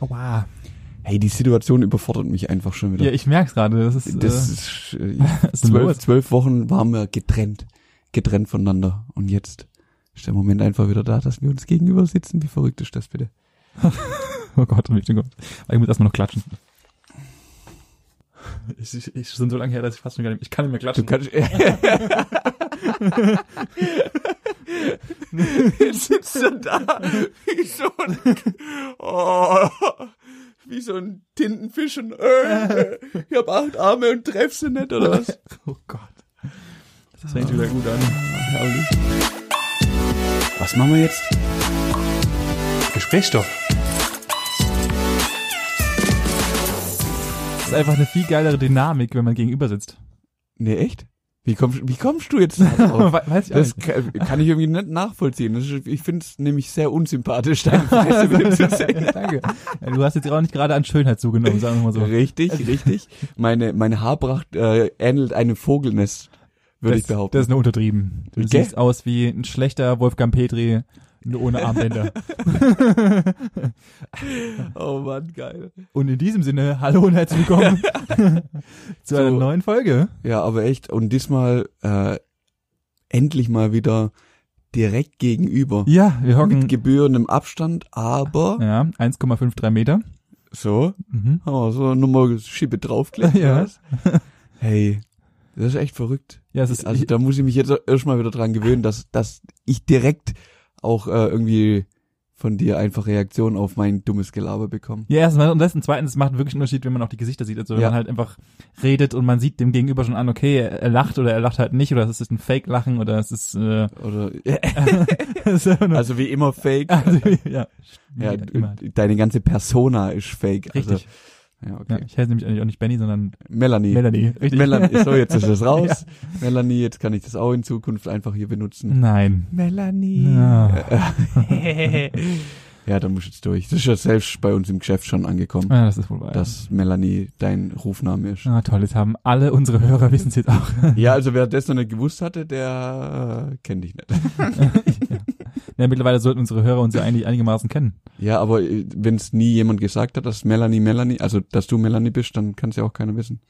Aua. Hey, die Situation überfordert mich einfach schon wieder. Ja, ich merk's gerade. Das ist, das äh, ist, äh, Was ist denn zwölf, los? zwölf Wochen waren wir getrennt, getrennt voneinander. Und jetzt ist der Moment einfach wieder da, dass wir uns gegenüber sitzen. Wie verrückt ist das bitte? oh Gott, oh Gott, oh Gott. Ich muss erstmal noch klatschen. Ich, ich, ich sind so lange her, dass ich fast schon gar nicht, ich kann nicht mehr Du klatschen. kannst. Jetzt sitzt er da wie so ein, oh, wie so ein Tintenfisch und äh, ich hab acht Arme und treff sie nicht oder was? Oh Gott. Das fängt wieder gut an. Herrlich. Was machen wir jetzt? Gesprächsstoff. Das ist einfach eine viel geilere Dynamik, wenn man gegenüber sitzt. Nee, echt? Wie kommst, wie kommst du jetzt da drauf? We- Weiß ich auch Das nicht. kann, kann ich irgendwie nicht nachvollziehen. Das ist, ich finde es nämlich sehr unsympathisch, deine Fresse wieder zu sehen. Also Danke. Ja, Du hast jetzt auch nicht gerade an Schönheit zugenommen, sagen wir mal so. Richtig, richtig. Meine, meine Haarpracht äh, ähnelt einem Vogelnest, würde das, ich behaupten. Das ist nur untertrieben. Du Gell? siehst aus wie ein schlechter Wolfgang Petri, nur ohne Armbänder. oh Mann, geil. und in diesem Sinne, hallo und herzlich willkommen zu einer So. neuen Folge. Ja, aber echt. Und diesmal äh, endlich mal wieder direkt gegenüber. Ja, wir hocken Mit gebührendem Abstand, aber ja, 1,53 Meter. so, Mhm. haben wir so nochmal Schippe draufgelegt. Ja. was? Hey, das ist echt verrückt. Ja, es ist, Also da muss ich mich jetzt erstmal wieder dran gewöhnen, dass, dass ich direkt auch äh, irgendwie von dir einfach Reaktionen auf mein dummes Gelaber bekomme. ja, erstens mal, und das, und zweitens, es macht wirklich einen Unterschied, wenn man auch die Gesichter sieht. Also wenn Ja. man halt einfach redet und man sieht dem Gegenüber schon an, okay, er, er lacht oder er lacht halt nicht oder es ist ein Fake-Lachen oder es ist, äh, Oder es ist einfach nur- also wie immer fake. also, ja, ja, Wie immer. d- deine ganze Persona ist fake. Richtig. Also, ja, Ja, okay. ich heiße nämlich eigentlich auch nicht Benny, sondern Melanie. Melanie. Richtig. Melanie. So, jetzt ist das raus. Melanie, jetzt kann ich das auch in Zukunft einfach hier Hm. benutzen. Nein. Melanie. Mhm. Ja. ja, da muss jetzt durch. Das ist ja selbst bei uns im Geschäft schon angekommen, Ah, das ist wohl wahr. dass Melanie dein Rufname ist. Ah, toll, das haben alle unsere Hörer wissen es jetzt auch. Ja, also wer das noch nicht gewusst hatte, der äh, kennt dich nicht. Ja, mittlerweile sollten unsere Hörer uns ja eigentlich einigermaßen kennen. Ja, aber wenn es nie jemand gesagt hat, dass Melanie Melanie, also dass du Melanie bist, dann kann es ja auch keiner wissen.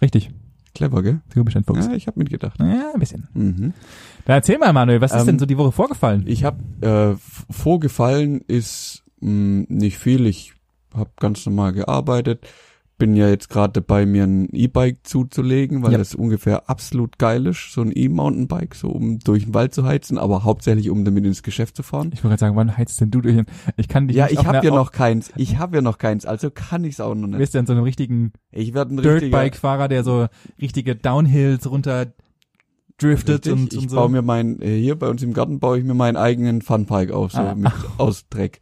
Richtig. Clever, gell? Du bist ein Fuchs. Ja, ich habe mitgedacht. Ja, ein bisschen. Mhm. Dann erzähl mal, Manuel, was ist Ähm, denn so die Woche vorgefallen? Ich habe äh, v- vorgefallen ist mh, nicht viel. Ich habe ganz normal gearbeitet. Bin ja jetzt gerade dabei, mir ein E-Bike zuzulegen, weil Ja. das ungefähr absolut geil ist, so ein E-Mountainbike, so um durch den Wald zu heizen, aber hauptsächlich um damit ins Geschäft zu fahren. Ich wollte gerade sagen, wann heizt denn du durch? Ich kann dich Ja, nicht ich auf habe einer- ja auf- noch keins. Ich habe ja noch keins, also kann ich's auch noch Du nicht. Oh, bist ja in so einem richtigen Ich werde ein richtiger Dirtbike-Fahrer, der so richtige Downhills runter driftet Richtig, und, ich und so. baue mir mein äh, hier bei uns im Garten baue ich mir meinen eigenen Funpark auf so Ah. mit, aus Dreck.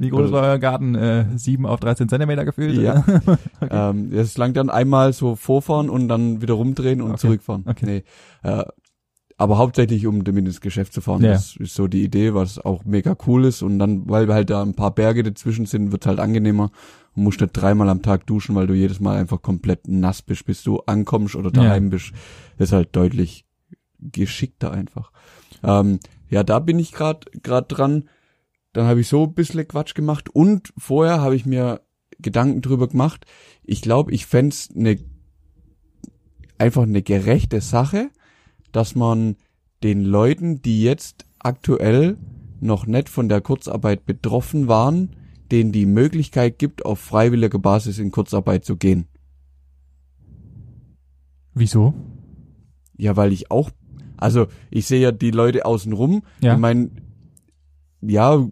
Wie groß war euer Garten? Äh, 7 auf 13 Zentimeter gefühlt? Also Ja. oder? Ähm, das langt dann einmal so vorfahren und dann wieder rumdrehen und Okay, zurückfahren. okay. Nee, äh, aber hauptsächlich um damit ins Geschäft zu fahren. Ja. Das ist so die Idee, was auch mega cool ist und dann weil halt da ein paar Berge dazwischen sind, wird's halt angenehmer. Du musst nicht dreimal am Tag duschen, weil du jedes Mal einfach komplett nass bist, bis du ankommst oder Ja. daheim bist. Das ist halt deutlich geschickter einfach. Ähm, ja, da bin ich gerade grad dran. Dann habe ich so ein bisschen Quatsch gemacht und vorher habe ich mir Gedanken drüber gemacht. Ich glaube, ich fänd's ne, einfach eine gerechte Sache, dass man den Leuten, die jetzt aktuell noch nicht von der Kurzarbeit betroffen waren, denen die Möglichkeit gibt, auf freiwilliger Basis in Kurzarbeit zu gehen. Wieso? Ja, weil ich auch, also ich sehe ja die Leute außen rum. Ja. Ich meine, ja,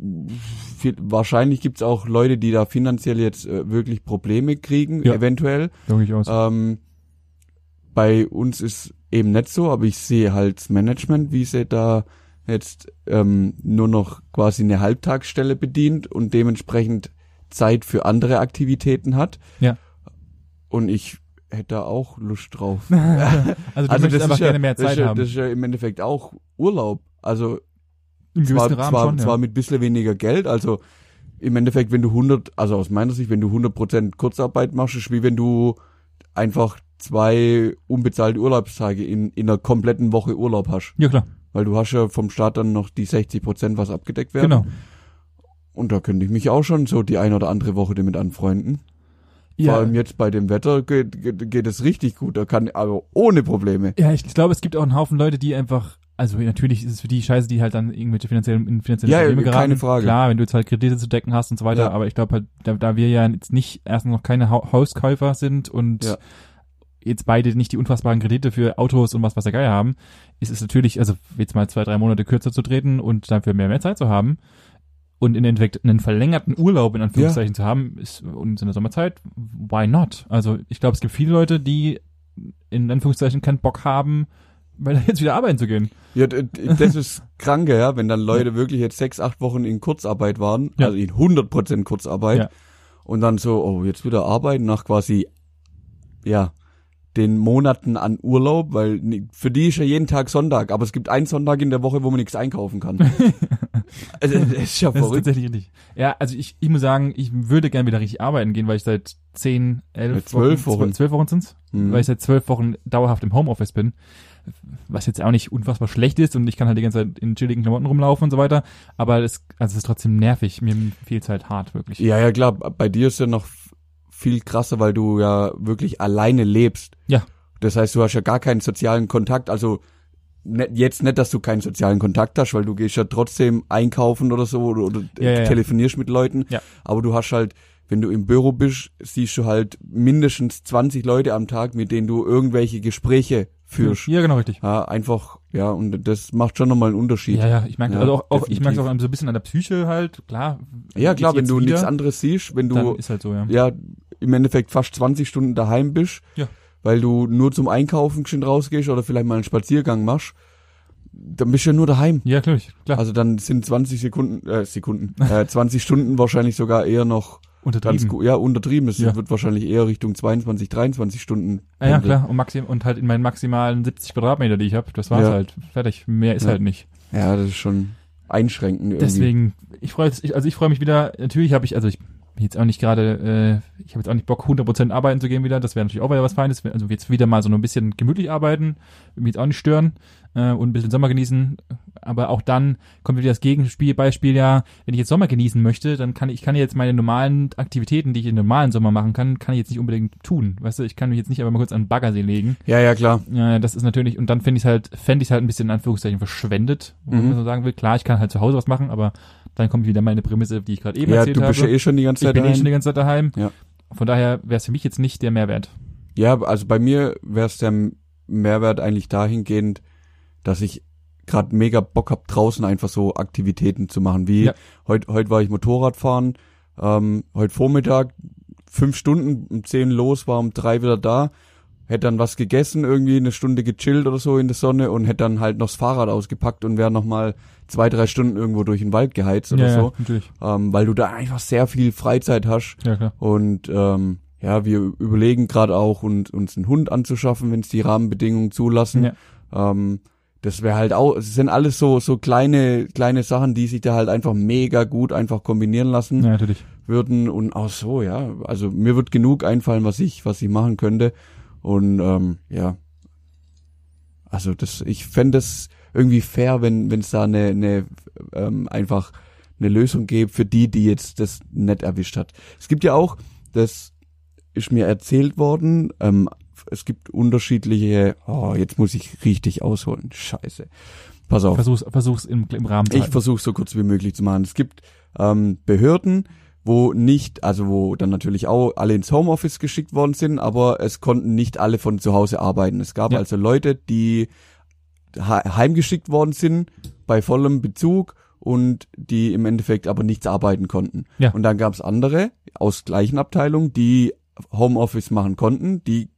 viel, wahrscheinlich gibt's auch Leute, die da finanziell jetzt äh, wirklich Probleme kriegen, Ja. eventuell. Logisch aus. Ähm, bei uns ist eben nicht so, aber ich sehe halt das Management, wie sie da jetzt ähm, nur noch quasi eine Halbtagsstelle bedient und dementsprechend Zeit für andere Aktivitäten hat. Ja. Und ich hätte da auch Lust drauf. Also du möchtest einfach gerne mehr das Zeit ist ja, haben. Das ist ja im Endeffekt auch Urlaub. Also Im zwar, gewissen Rahmen zwar, schon, zwar ja. mit bisschen weniger Geld, also im Endeffekt, wenn du 100, also aus meiner Sicht, wenn du 100% Kurzarbeit machst, ist wie wenn du einfach zwei unbezahlte Urlaubstage in, in einer kompletten Woche Urlaub hast. Ja, klar, Weil du hast ja vom Staat dann noch die 60%, was abgedeckt werden. genau. Und da könnte ich mich auch schon so die ein oder andere Woche damit anfreunden. Vor allem jetzt bei dem Wetter geht, geht, geht es richtig gut. Da kann also ohne Probleme. Ja, ich glaube, es gibt auch einen Haufen Leute, die einfach, also natürlich ist es für die Scheiße, die halt dann irgendwelche finanziellen, in finanzielle Ja, Probleme keine geraten. Frage. Klar, wenn du jetzt halt Kredite zu decken hast und so weiter, Ja. aber ich glaube halt, da, da wir ja jetzt nicht erstens noch keine ha Hauskäufer sind und Ja. jetzt beide nicht die unfassbaren Kredite für Autos und was was der Geier haben, ist es natürlich, also jetzt mal zwei, drei Monate kürzer zu treten und dafür mehr, mehr Zeit zu haben und in Endeffekt einen verlängerten Urlaub in Anführungszeichen zu haben, ist und in der Sommerzeit, why not? Also ich glaube, es gibt viele Leute, die in Anführungszeichen keinen Bock haben, weil jetzt wieder arbeiten zu gehen. Ja, d- d- das ist kranke, ja, wenn dann Leute wirklich jetzt sechs, acht Wochen in Kurzarbeit waren, Ja. also in 100% Kurzarbeit Ja. und dann so, oh, jetzt wieder arbeiten nach quasi, ja, den Monaten an Urlaub, weil ni- für die ist ja jeden Tag Sonntag, aber es gibt einen Sonntag in der Woche, wo man nichts einkaufen kann. also, das ist ja Das ist verrückt. tatsächlich richtig. Ja, also ich, ich muss sagen, ich würde gern wieder richtig arbeiten gehen, weil ich seit zehn, elf, Seit zwölf Wochen. Zwölf, zwölf Wochen sind's, Mhm. weil ich seit zwölf Wochen dauerhaft im Homeoffice bin, was jetzt auch nicht unfassbar schlecht ist und ich kann halt die ganze Zeit in chilligen Klamotten rumlaufen und so weiter, aber das, also es ist trotzdem nervig, mir fehlt's halt hart, wirklich. Ja, ja, klar, bei dir ist ja noch f- viel krasser, weil du ja wirklich alleine lebst. Ja. Das heißt, du hast ja gar keinen sozialen Kontakt, also ne, jetzt nicht, dass du keinen sozialen Kontakt hast, weil du gehst ja trotzdem einkaufen oder so oder, oder Ja, ja, ja. telefonierst mit Leuten, Ja. aber du hast halt wenn du im Büro bist, siehst du halt mindestens 20 Leute am Tag, mit denen du irgendwelche Gespräche führst. Ja, genau richtig. Ja, einfach, ja, und das macht schon nochmal einen Unterschied. Ja, ja, ich merke Ja, also auch, auch ich merke definitiv. auch so ein bisschen an der Psyche halt, klar. Ja, klar, wenn jetzt du wieder, nichts anderes siehst, wenn du dann ist halt so, ja. ja, im Endeffekt fast 20 Stunden daheim bist, Ja. weil du nur zum Einkaufen geschwind rausgehst oder vielleicht mal einen Spaziergang machst, dann bist du ja nur daheim. Ja, klar, klar. Also dann sind 20 Sekunden, äh, Sekunden, äh, 20 Stunden wahrscheinlich sogar eher noch ganz untertrieben. gut, ja, untertrieben. Es Ja. wird wahrscheinlich eher Richtung 22, 23 Stunden. Ah, ja, pendeln. klar, und, maxim und halt in meinen maximalen 70 Quadratmeter, die ich habe, das war's Ja. halt. Fertig. Mehr ist Ja. halt nicht. Ja, das ist schon einschränkend irgendwie. Deswegen, ich freue ich, also ich freue mich wieder, natürlich habe ich, also ich bin jetzt auch nicht gerade, äh, ich habe jetzt auch nicht Bock, 100% arbeiten zu gehen wieder, das wäre natürlich auch wieder was Feines, also jetzt wieder mal so ein bisschen gemütlich arbeiten, mich jetzt auch nicht stören äh, und ein bisschen Sommer genießen, aber auch dann kommt wieder das Gegenspiel, Beispiel ja, wenn ich jetzt Sommer genießen möchte, dann kann ich, ich kann ja jetzt meine normalen Aktivitäten, die ich im normalen Sommer machen kann, kann ich jetzt nicht unbedingt tun, weißt du, ich kann mich jetzt nicht einfach mal kurz an den Baggersee legen, Ja, ja, klar. ja, das ist natürlich, und dann finde ich halt, fände ich halt ein bisschen in Anführungszeichen verschwendet, wenn Mhm. man so sagen will. Klar, ich kann halt zu Hause was machen, aber dann kommt wieder meine Prämisse, die ich gerade eben Ja, erzählt du bist ja habe. eh schon die ganze ich Zeit bin eh daheim. schon die ganze Zeit daheim. Ja. Von daher wäre es für mich jetzt nicht der Mehrwert. Ja, also bei mir wäre es der M- Mehrwert eigentlich dahingehend, dass ich gerade mega Bock hab draußen einfach so Aktivitäten zu machen. Wie Ja. heute heut war ich Motorradfahren, ähm, heute Vormittag fünf Stunden, um zehn los, war um drei wieder da, hätte dann was gegessen, irgendwie eine Stunde gechillt oder so in der Sonne und hätte dann halt noch das Fahrrad ausgepackt und wäre nochmal zwei, drei Stunden irgendwo durch den Wald geheizt oder ja, so, natürlich. ähm, weil du da einfach sehr viel Freizeit hast. Ja, klar. Und ähm, ja, wir überlegen gerade auch, und, uns einen Hund anzuschaffen, wenn es die Rahmenbedingungen zulassen. Ähm, das wäre halt auch, es sind alles so, so kleine, kleine Sachen, die sich da halt einfach mega gut einfach kombinieren lassen Ja, natürlich. würden. Und auch so, ja, also mir wird genug einfallen, was ich, was ich machen könnte. Und ähm, ja, also das, ich fände das irgendwie fair, wenn wenn es da eine, eine ähm, einfach eine Lösung gäbe für die, die jetzt das nicht erwischt hat. Es gibt ja auch, das ist mir erzählt worden, ähm, es gibt unterschiedliche, oh, jetzt muss ich richtig ausholen, scheiße. Pass auf. Versuch's, versuch's im, im Rahmen zu Ich halten. versuche so kurz wie möglich zu machen. Es gibt ähm, Behörden, wo nicht, also wo dann natürlich auch alle ins Homeoffice geschickt worden sind, aber es konnten nicht alle von zu Hause arbeiten. Es gab Ja. also Leute, die he- heimgeschickt worden sind bei vollem Bezug und die im Endeffekt aber nichts arbeiten konnten. Ja. Und dann gab es andere aus gleichen Abteilungen, die Homeoffice machen konnten, die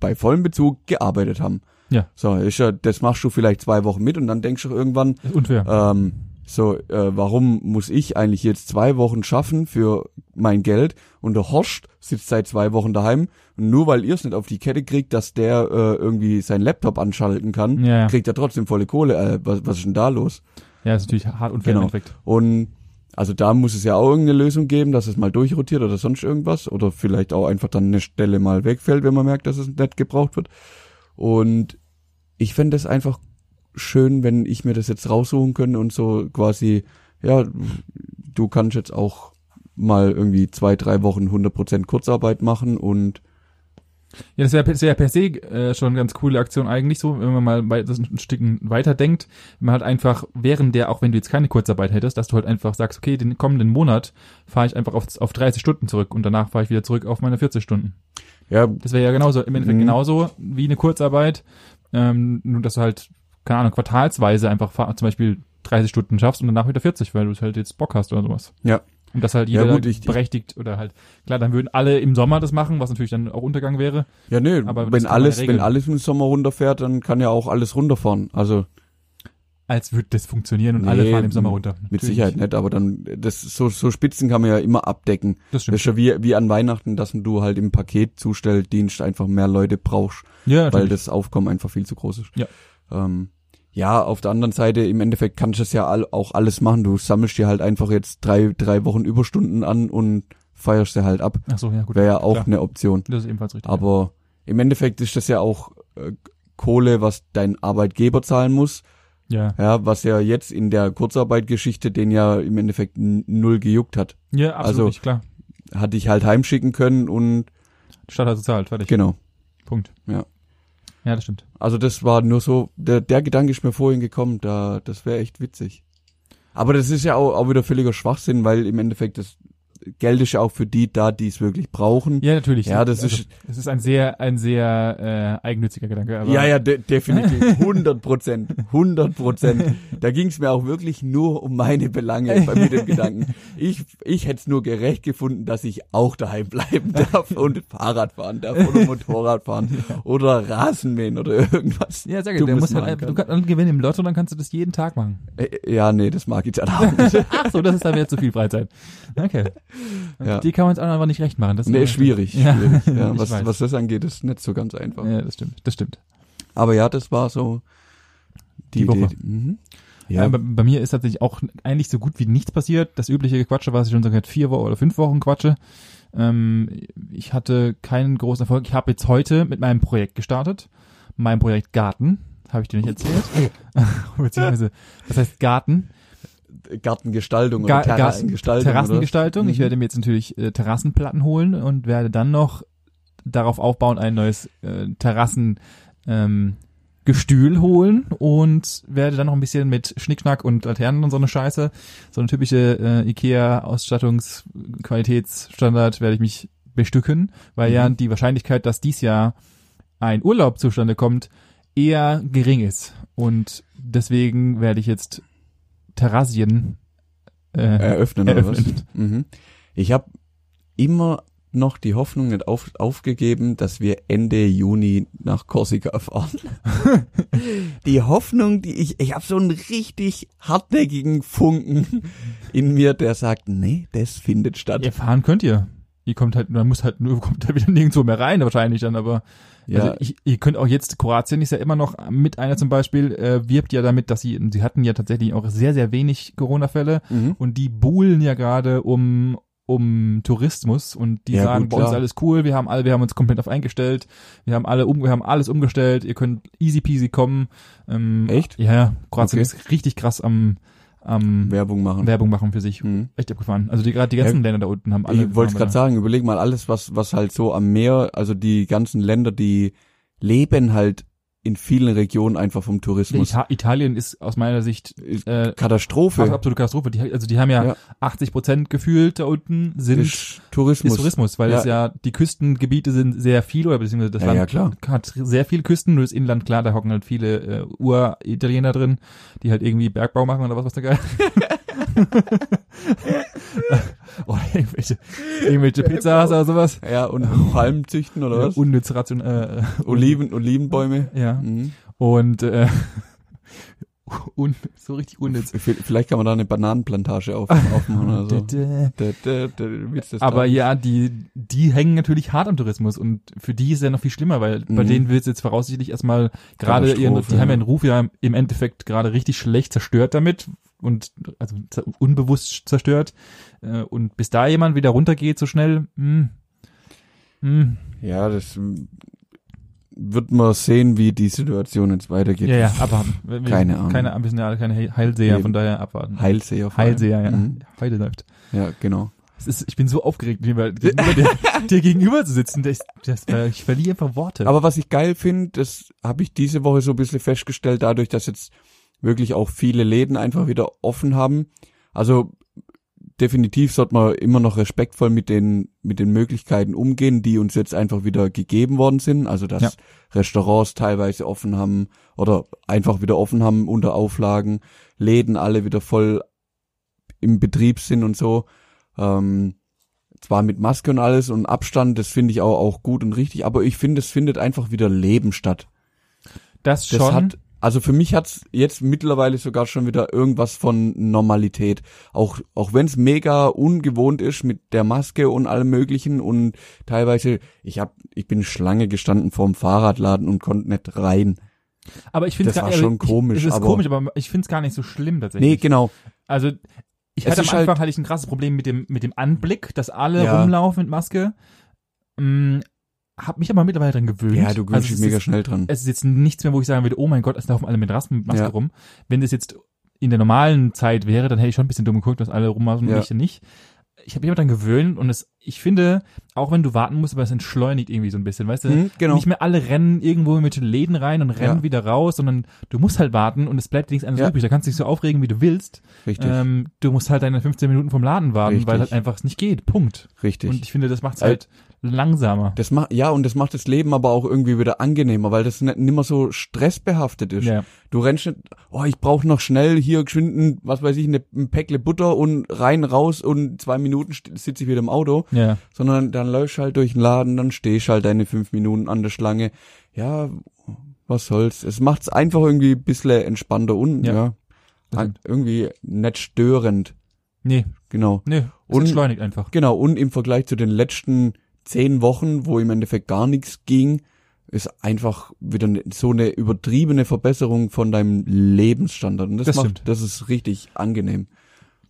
bei vollem Bezug gearbeitet haben. Ja. So, ist ja, das machst du vielleicht zwei Wochen mit und dann denkst du irgendwann, Ist unfair. ähm, so, äh, warum muss ich eigentlich jetzt zwei Wochen schaffen für mein Geld und der Horst sitzt seit zwei Wochen daheim und nur weil ihr es nicht auf die Kette kriegt, dass der äh, irgendwie seinen Laptop anschalten kann, Ja, ja. kriegt er trotzdem volle Kohle. Äh, was, was ist denn da los? ja, ist natürlich hart unfair genau. im Endeffekt. Und also da muss es ja auch irgendeine Lösung geben, dass es mal durchrotiert oder sonst irgendwas oder vielleicht auch einfach dann eine Stelle mal wegfällt, wenn man merkt, dass es nicht gebraucht wird. Und ich fände es einfach schön, wenn ich mir das jetzt raussuchen könnte und so quasi, ja, du kannst jetzt auch mal irgendwie zwei, drei Wochen 100% Kurzarbeit machen und Ja, das wäre per, wär per se äh, schon eine ganz coole Aktion eigentlich so, wenn man mal wei- das ein Stück weiter denkt. Wenn man halt einfach während der, auch wenn du jetzt keine Kurzarbeit hättest, dass du halt einfach sagst, okay, den kommenden Monat fahre ich einfach auf, auf 30 Stunden zurück und danach fahre ich wieder zurück auf meine 40 Stunden. ja, Das wäre ja genauso, im Endeffekt Mhm. genauso wie eine Kurzarbeit, ähm, nur dass du halt, keine Ahnung, quartalsweise einfach fahr, zum Beispiel 30 Stunden schaffst und danach wieder 40, weil du es halt jetzt Bock hast oder sowas. Ja. Und das halt Ja, jeder gut, ich- berechtigt oder halt, klar, dann würden alle im Sommer das machen, was natürlich dann auch Untergang wäre. ja nee, Aber das wenn kann man alles, regeln. wenn alles im Sommer runterfährt, dann kann ja auch alles runterfahren. Also Als würde das funktionieren und alle Nee, fahren im Sommer runter. mit Natürlich. Sicherheit nicht, aber dann das so, so Spitzen kann man ja immer abdecken. Das Das ist stimmt. schon wie, wie an Weihnachten, dass du halt im Paketzustelldienst einfach mehr Leute brauchst, weil Ja, natürlich. das Aufkommen einfach viel zu groß ist. Ja. Ähm, ja, auf der anderen Seite, im Endeffekt kannst du es ja all, auch alles machen. Du sammelst dir halt einfach jetzt drei, drei Wochen Überstunden an und feierst sie halt ab. Ach so, ja, gut. Wäre ja auch klar. eine Option. Das ist ebenfalls richtig. Aber im Endeffekt ist das ja auch äh, Kohle, was dein Arbeitgeber zahlen muss. ja. Ja, was ja jetzt in der Kurzarbeitgeschichte den ja im Endeffekt n- null gejuckt hat. Ja, absolut also- nicht, klar. Hat dich halt heimschicken können und Die Stadt hat bezahlt, fertig. genau. Punkt. Ja. Ja, das stimmt. Also das war nur so, der, der Gedanke ist mir vorhin gekommen, da, das wäre echt witzig. Aber das ist ja auch, auch wieder völliger Schwachsinn, weil im Endeffekt das Geld ist ja auch für die da, die es wirklich brauchen. Ja, natürlich. Ja, das Also, ist- Es ist ein sehr, ein sehr äh, eigennütziger Gedanke. Aber Ja, ja, de definitiv. 100 Prozent. 100 Prozent. Da ging es mir auch wirklich nur um meine Belange bei mir dem Gedanken. Ich, ich hätte es nur gerecht gefunden, dass ich auch daheim bleiben darf und Fahrrad fahren darf oder Motorrad fahren oder Rasenmähen oder irgendwas. Ja, sag ich, Du der musst muss halt, machen einfach- du können. kannst gewinnen im Lotto, dann kannst du das jeden Tag machen. Äh, Ja, nee, das mag ich dann auch nicht. Ach so, das ist dann wieder zu viel Freizeit. Okay. Ja. Die kann man uns auch einfach nicht recht machen. Das ist Nee, aber- schwierig. Ja. schwierig. Ja, Ich was, weiß. was das angeht, ist nicht so ganz einfach. Ja, das stimmt, das stimmt. Aber ja, das war so die, Die Woche. Idee. Mhm. Ja. Ja, bei, bei mir ist tatsächlich auch eigentlich so gut wie nichts passiert. Das übliche Gequatsche, was ich schon seit vier Wochen oder fünf Wochen quatsche. Ähm, ich hatte keinen großen Erfolg. Ich habe jetzt heute mit meinem Projekt gestartet. Mein Projekt Garten. Habe ich dir nicht erzählt. Beziehungsweise, das heißt Garten. Gartengestaltung Ga- oder Ga- Terrassengestaltung. Terrassengestaltung. Ich Mhm. werde mir jetzt natürlich äh, Terrassenplatten holen und werde dann noch darauf aufbauen, ein neues äh, Terrassen ähm, Gestühl holen und werde dann noch ein bisschen mit Schnickschnack und Laternen und so eine Scheiße, so eine typische äh, Ikea-Ausstattungsqualitätsstandard werde ich mich bestücken, weil ja Mhm. die Wahrscheinlichkeit, dass dies Jahr ein Urlaub zustande kommt, eher gering ist. Und deswegen werde ich jetzt Terrassien oder? äh, Eröffnen, oder eröffnen. was? Mhm. Ich habe immer noch die Hoffnung nicht auf, aufgegeben, dass wir Ende Juni nach Korsika fahren. die Hoffnung, die ich, ich habe so einen richtig hartnäckigen Funken in mir, der sagt, nee, das findet statt. Ihr fahren könnt ihr. Ihr kommt halt, man muss halt nur, kommt halt wieder nirgendwo mehr rein, wahrscheinlich dann, aber also ich, ihr könnt auch jetzt, Kroatien ist ja immer noch mit einer zum Beispiel, äh, wirbt ja damit, dass sie, sie hatten ja tatsächlich auch sehr, sehr wenig Corona-Fälle mhm. und die buhlen ja gerade um um Tourismus und die Ja, sagen, gut, bei uns klar. alles cool, wir haben alle, wir haben uns komplett auf eingestellt, wir haben alle um, wir haben alles umgestellt, ihr könnt easy peasy kommen. Ähm, Echt? Ja, ja. Kroatien Okay. ist richtig krass am, am Werbung machen. Werbung machen für sich. Mhm. Echt abgefahren. Also die gerade die ganzen Länder da unten haben alle. ich wollte haben gerade alle- sagen, überleg mal alles, was, was halt so am Meer, also die ganzen Länder, die leben halt in vielen Regionen einfach vom Tourismus. Ita Italien ist aus meiner Sicht Ist äh, Katastrophe absolute Katastrophe. Die, also die haben ja, Ja. 80 Prozent gefühlt da unten sind ist ist Tourismus. Tourismus, weil Ja. es ja die Küstengebiete sind sehr viel oder beziehungsweise das Ja, ja, Land klar. hat sehr viel Küsten, nur das Inland klar, da hocken halt viele äh, Ur-Italiener drin, die halt irgendwie Bergbau machen oder was was der Geil. oder irgendwelche, irgendwelche Pizzas oder sowas. Ja, und Palmen züchten oder was? Unnütz ration, äh, Oliven, Olivenbäume. Ja. Mhm. Und äh, un, so richtig unnütz. V- Vielleicht kann man da eine Bananenplantage auf, aufmachen oder so. Dä- Da, da, da, willst du Also, das Aber da? ja, die, die hängen natürlich hart am Tourismus und für die ist ja noch viel schlimmer, weil bei Mhm. denen wird es jetzt voraussichtlich erstmal gerade ihren, Katastrophe, die haben ja. ja einen Ruf ja im Endeffekt gerade richtig schlecht zerstört damit und also zer- unbewusst zerstört. Äh, Und bis da jemand wieder runtergeht so schnell, hm, hm, ja, das mm, wird man sehen, wie die Situation jetzt weitergeht. Ja, ja, abwarten. Wir- wir- Keine Ahnung. Keine, wir sind ja alle keine Heil- Heilseher, Eben. von daher abwarten. Heilseher. vor allem. Heilseher, ja. Mhm. Heide läuft. Ja, genau. Es ist, ich bin so aufgeregt, mir weil gegenüber dir, dir gegenüber zu sitzen. Das, das, ich verliere einfach Worte. Aber was ich geil finde, das habe ich diese Woche so ein bisschen festgestellt, dadurch, dass jetzt wirklich auch viele Läden einfach wieder offen haben. Also definitiv sollte man immer noch respektvoll mit den, mit den Möglichkeiten umgehen, die uns jetzt einfach wieder gegeben worden sind. Also dass Ja. Restaurants teilweise offen haben oder einfach wieder offen haben unter Auflagen, Läden alle wieder voll im Betrieb sind und so. Ähm, zwar mit Maske und alles und Abstand, das finde ich auch, auch gut und richtig, aber ich finde, es findet einfach wieder Leben statt. das Das schon. hat, also für mich hat's jetzt mittlerweile sogar schon wieder irgendwas von Normalität. Auch, auch wenn's mega ungewohnt ist mit der Maske und allem Möglichen und teilweise, ich hab, ich bin Schlange gestanden vorm Fahrradladen und konnte nicht rein. aber ich finde das war schon komisch, Ich, es ist aber- komisch, aber ich finde es gar nicht so schlimm Nee, tatsächlich. genau. also ich Es hatte am ist halt- Anfang hatte ich ein krasses Problem mit dem mit dem Anblick, dass alle Ja. rumlaufen mit Maske. Hm, hab mich aber mittlerweile dran gewöhnt. Ja, du Also gewöhnst dich es mega ist, schnell dran. es ist jetzt nichts mehr, wo ich sagen würde, oh mein Gott, es laufen alle mit Raspen mit Maske Ja. rum. Wenn das jetzt in der normalen Zeit wäre, dann hätte ich schon ein bisschen dumm geguckt, dass alle rummachen und Ja. ich nicht. Ich habe mich aber dran gewöhnt und es, ich finde, auch wenn du warten musst, aber es entschleunigt irgendwie so ein bisschen, weißt du? Hm, genau. Nicht mehr alle rennen irgendwo mit den Läden rein und rennen Ja. wieder raus, sondern du musst halt warten und es bleibt nichts anderes Ja. übrig. Da kannst du dich so aufregen, wie du willst. Richtig, Ähm, du musst halt deine 15 Minuten vom Laden warten, weil Richtig. halt einfach es nicht geht. Punkt. richtig. Und ich finde, das macht es Äh, halt langsamer. Das macht, ja, und das macht das Leben aber auch irgendwie wieder angenehmer, weil das nicht, nimmer so stressbehaftet ist. Ja. Du rennst nicht, oh, ich brauche noch schnell hier geschwind ein, was weiß ich, eine, ein Päckle Butter und rein, raus und zwei Minuten sitze ich wieder im Auto, Ja. sondern dann läufst halt durch den Laden, dann stehst halt deine fünf Minuten an der Schlange. Ja, was soll's. Es macht's einfach irgendwie ein bisschen entspannter und, Ja. ja, Das an- irgendwie nicht störend. Nee, Genau. nee. Es Und- entschleunigt einfach. Genau, und im Vergleich zu den letzten zehn Wochen, wo im Endeffekt gar nichts ging, ist einfach wieder ne- so eine übertriebene Verbesserung von deinem Lebensstandard. Und das, Das macht, stimmt. das ist richtig angenehm.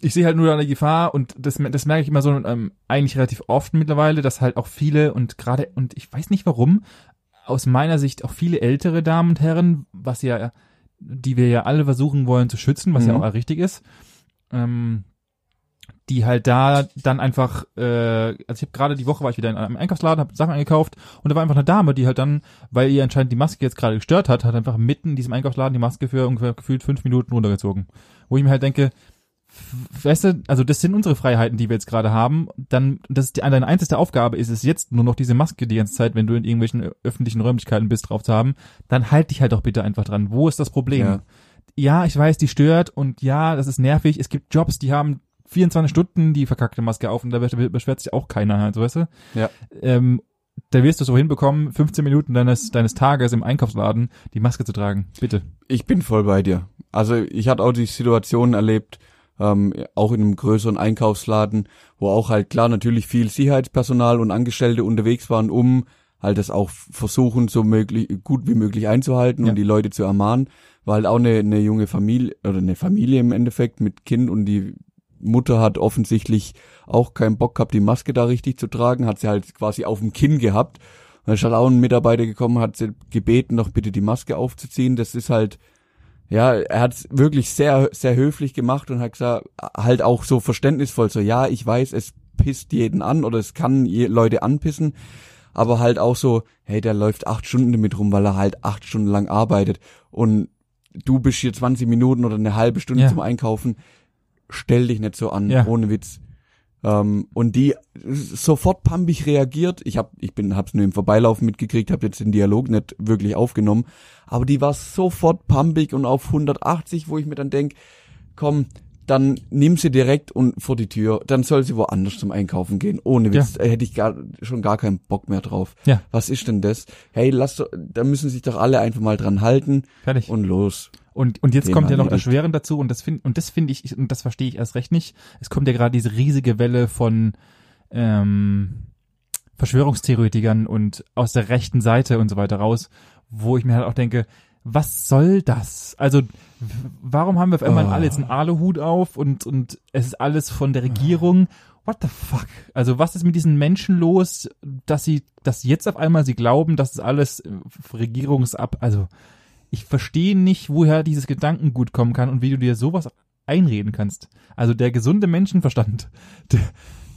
ich sehe halt nur eine Gefahr und das, mer- das merke ich immer so ähm, eigentlich relativ oft mittlerweile, dass halt auch viele und gerade, und ich weiß nicht warum, aus meiner Sicht auch viele ältere Damen und Herren, was ja, die wir ja alle versuchen wollen zu schützen, was ja Mhm. auch richtig ist, ähm, die halt da dann einfach, äh, also ich habe gerade die Woche war ich wieder in einem Einkaufsladen, habe Sachen eingekauft und da war einfach eine Dame, die halt dann, weil ihr anscheinend die Maske jetzt gerade gestört hat, hat einfach mitten in diesem Einkaufsladen die Maske für ungefähr gefühlt fünf Minuten runtergezogen. Wo ich mir halt denke, weißt du, also das sind unsere Freiheiten, die wir jetzt gerade haben. Dann, das ist die, deine einzige Aufgabe ist es jetzt nur noch diese Maske die ganze Zeit, wenn du in irgendwelchen ö- öffentlichen Räumlichkeiten bist, drauf zu haben. Dann halt dich halt doch bitte einfach dran. Wo ist das Problem? Ja. Ja, ich weiß, die stört und ja, das ist nervig. Es gibt Jobs, die haben 24 Stunden die verkackte Maske auf und da besch- beschwert sich auch keiner, also weißt du? Ja. Ähm, da wirst du es so hinbekommen, 15 Minuten deines, deines Tages im Einkaufsladen die Maske zu tragen. Bitte. Ich bin voll bei dir. Also ich hatte auch die Situation erlebt, ähm, auch in einem größeren Einkaufsladen, wo auch halt klar natürlich viel Sicherheitspersonal und Angestellte unterwegs waren, um halt das auch versuchen, so möglich, gut wie möglich einzuhalten Ja. und die Leute zu ermahnen. War halt auch eine, eine junge Familie oder eine Familie im Endeffekt mit Kind und die Mutter hat offensichtlich auch keinen Bock gehabt, die Maske da richtig zu tragen, hat sie halt quasi auf dem Kinn gehabt. Und dann ist halt auch ein Mitarbeiter gekommen, hat sie gebeten, doch bitte die Maske aufzuziehen. Das ist halt, ja, er hat's wirklich sehr, sehr höflich gemacht und hat gesagt, halt auch so verständnisvoll, so, ja, ich weiß, es pisst jeden an oder es kann je- Leute anpissen, aber halt auch so, hey, der läuft acht Stunden damit rum, weil er halt acht Stunden lang arbeitet und du bist hier 20 Minuten oder eine halbe Stunde Ja. zum Einkaufen, stell dich nicht so an, Ja. ohne Witz. Ähm, und die sofort pampig reagiert. Ich hab, ich bin, hab's nur im Vorbeilaufen mitgekriegt, hab jetzt den Dialog nicht wirklich aufgenommen. Aber die war sofort pumpig und auf 180, wo ich mir dann denk, komm, dann nimm sie direkt und vor die Tür. Dann soll sie woanders zum Einkaufen gehen. Ohne Witz, äh, hätte ich gar, schon gar keinen Bock mehr drauf. Ja. Was ist denn das? Hey, lass, doch- da müssen sich doch alle einfach mal dran halten Fertig. und los. Und, und jetzt Thema kommt ja noch erledigt. erschwerend dazu und das finde und das finde ich ich- und das verstehe ich erst recht nicht. Es kommt ja gerade diese riesige Welle von ähm, Verschwörungstheoretikern und aus der rechten Seite und so weiter raus, wo ich mir halt auch denke, was soll das? Also w- warum haben wir auf einmal Ah. alle jetzt einen Aluhut auf und und es ist alles von der Regierung? What the fuck? Also was ist mit diesen Menschen los? dass sie, dass jetzt auf einmal sie glauben, dass es alles äh, Regierungsab, also ich verstehe nicht, woher dieses Gedankengut kommen kann und wie du dir sowas einreden kannst. Also der gesunde Menschenverstand, der,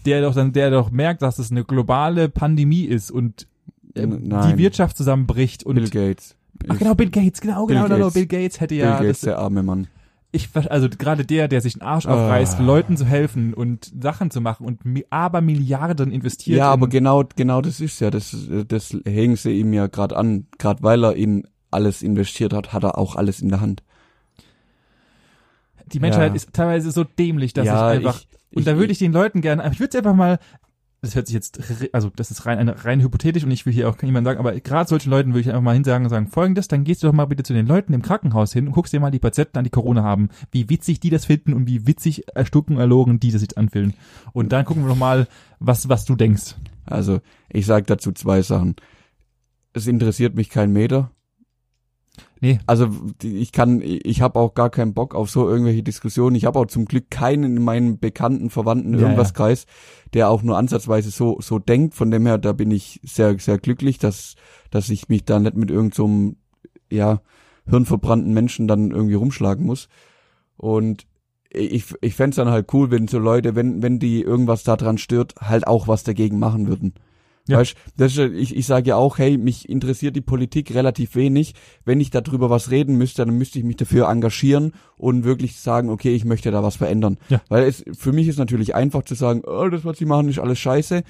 der doch dann, der doch merkt, dass es eine globale Pandemie ist und ähm, Nein. die Wirtschaft zusammenbricht und Bill Gates. Ach genau, Bill Gates, genau, Bill genau, genau, Gates. Bill Gates hätte Bill ja Gates, das, der arme Mann. ich ver- also gerade der, der sich einen Arsch Ah. aufreißt, Leuten zu helfen und Sachen zu machen und mi- aber Milliarden investiert. Ja, aber in, genau, genau das ist ja, das, das hängen sie ihm ja gerade an. Gerade weil er in alles investiert hat, hat er auch alles in der Hand. die Menschheit ja. ist teilweise so dämlich, dass ja, ich einfach und da würde ich den Leuten gerne, aber ich würde einfach mal, das hört sich jetzt, re- also das ist rein, eine- rein hypothetisch und ich will hier auch niemandem sagen, aber gerade solchen Leuten würde ich einfach mal hinsagen und sagen, folgendes, dann gehst du doch mal bitte zu den Leuten im Krankenhaus hin und guckst dir mal die Patienten an, die Corona haben, wie witzig die das finden und wie witzig erstucken, erlogen die das jetzt anfühlen. Und dann gucken wir doch mal, was, was du denkst. Also, ich sag dazu zwei Sachen. Es interessiert mich kein Meter. Nee. Also die- ich kann, ich habe auch gar keinen Bock auf so irgendwelche Diskussionen. Ich habe auch zum Glück keinen in meinem bekannten Verwandten Ja, irgendwas ja. Kreis, der auch nur ansatzweise so so denkt. Von dem her, da bin ich sehr sehr glücklich, dass dass ich mich da nicht mit irgendeinem so einem, ja hirnverbrannten Menschen dann irgendwie rumschlagen muss. Und ich, ich fänd's dann halt cool, wenn so Leute, wenn, wenn die irgendwas daran stört, halt auch was dagegen machen würden. Ja. Weißt, das ist, ja- ich, ich sage ja auch, hey, mich interessiert die Politik relativ wenig. Wenn ich darüber was reden müsste, dann müsste ich mich dafür engagieren und wirklich sagen, okay, ich möchte da was verändern. Ja. Weil es für mich ist natürlich einfach zu sagen, oh, das, was sie machen, ist alles scheiße.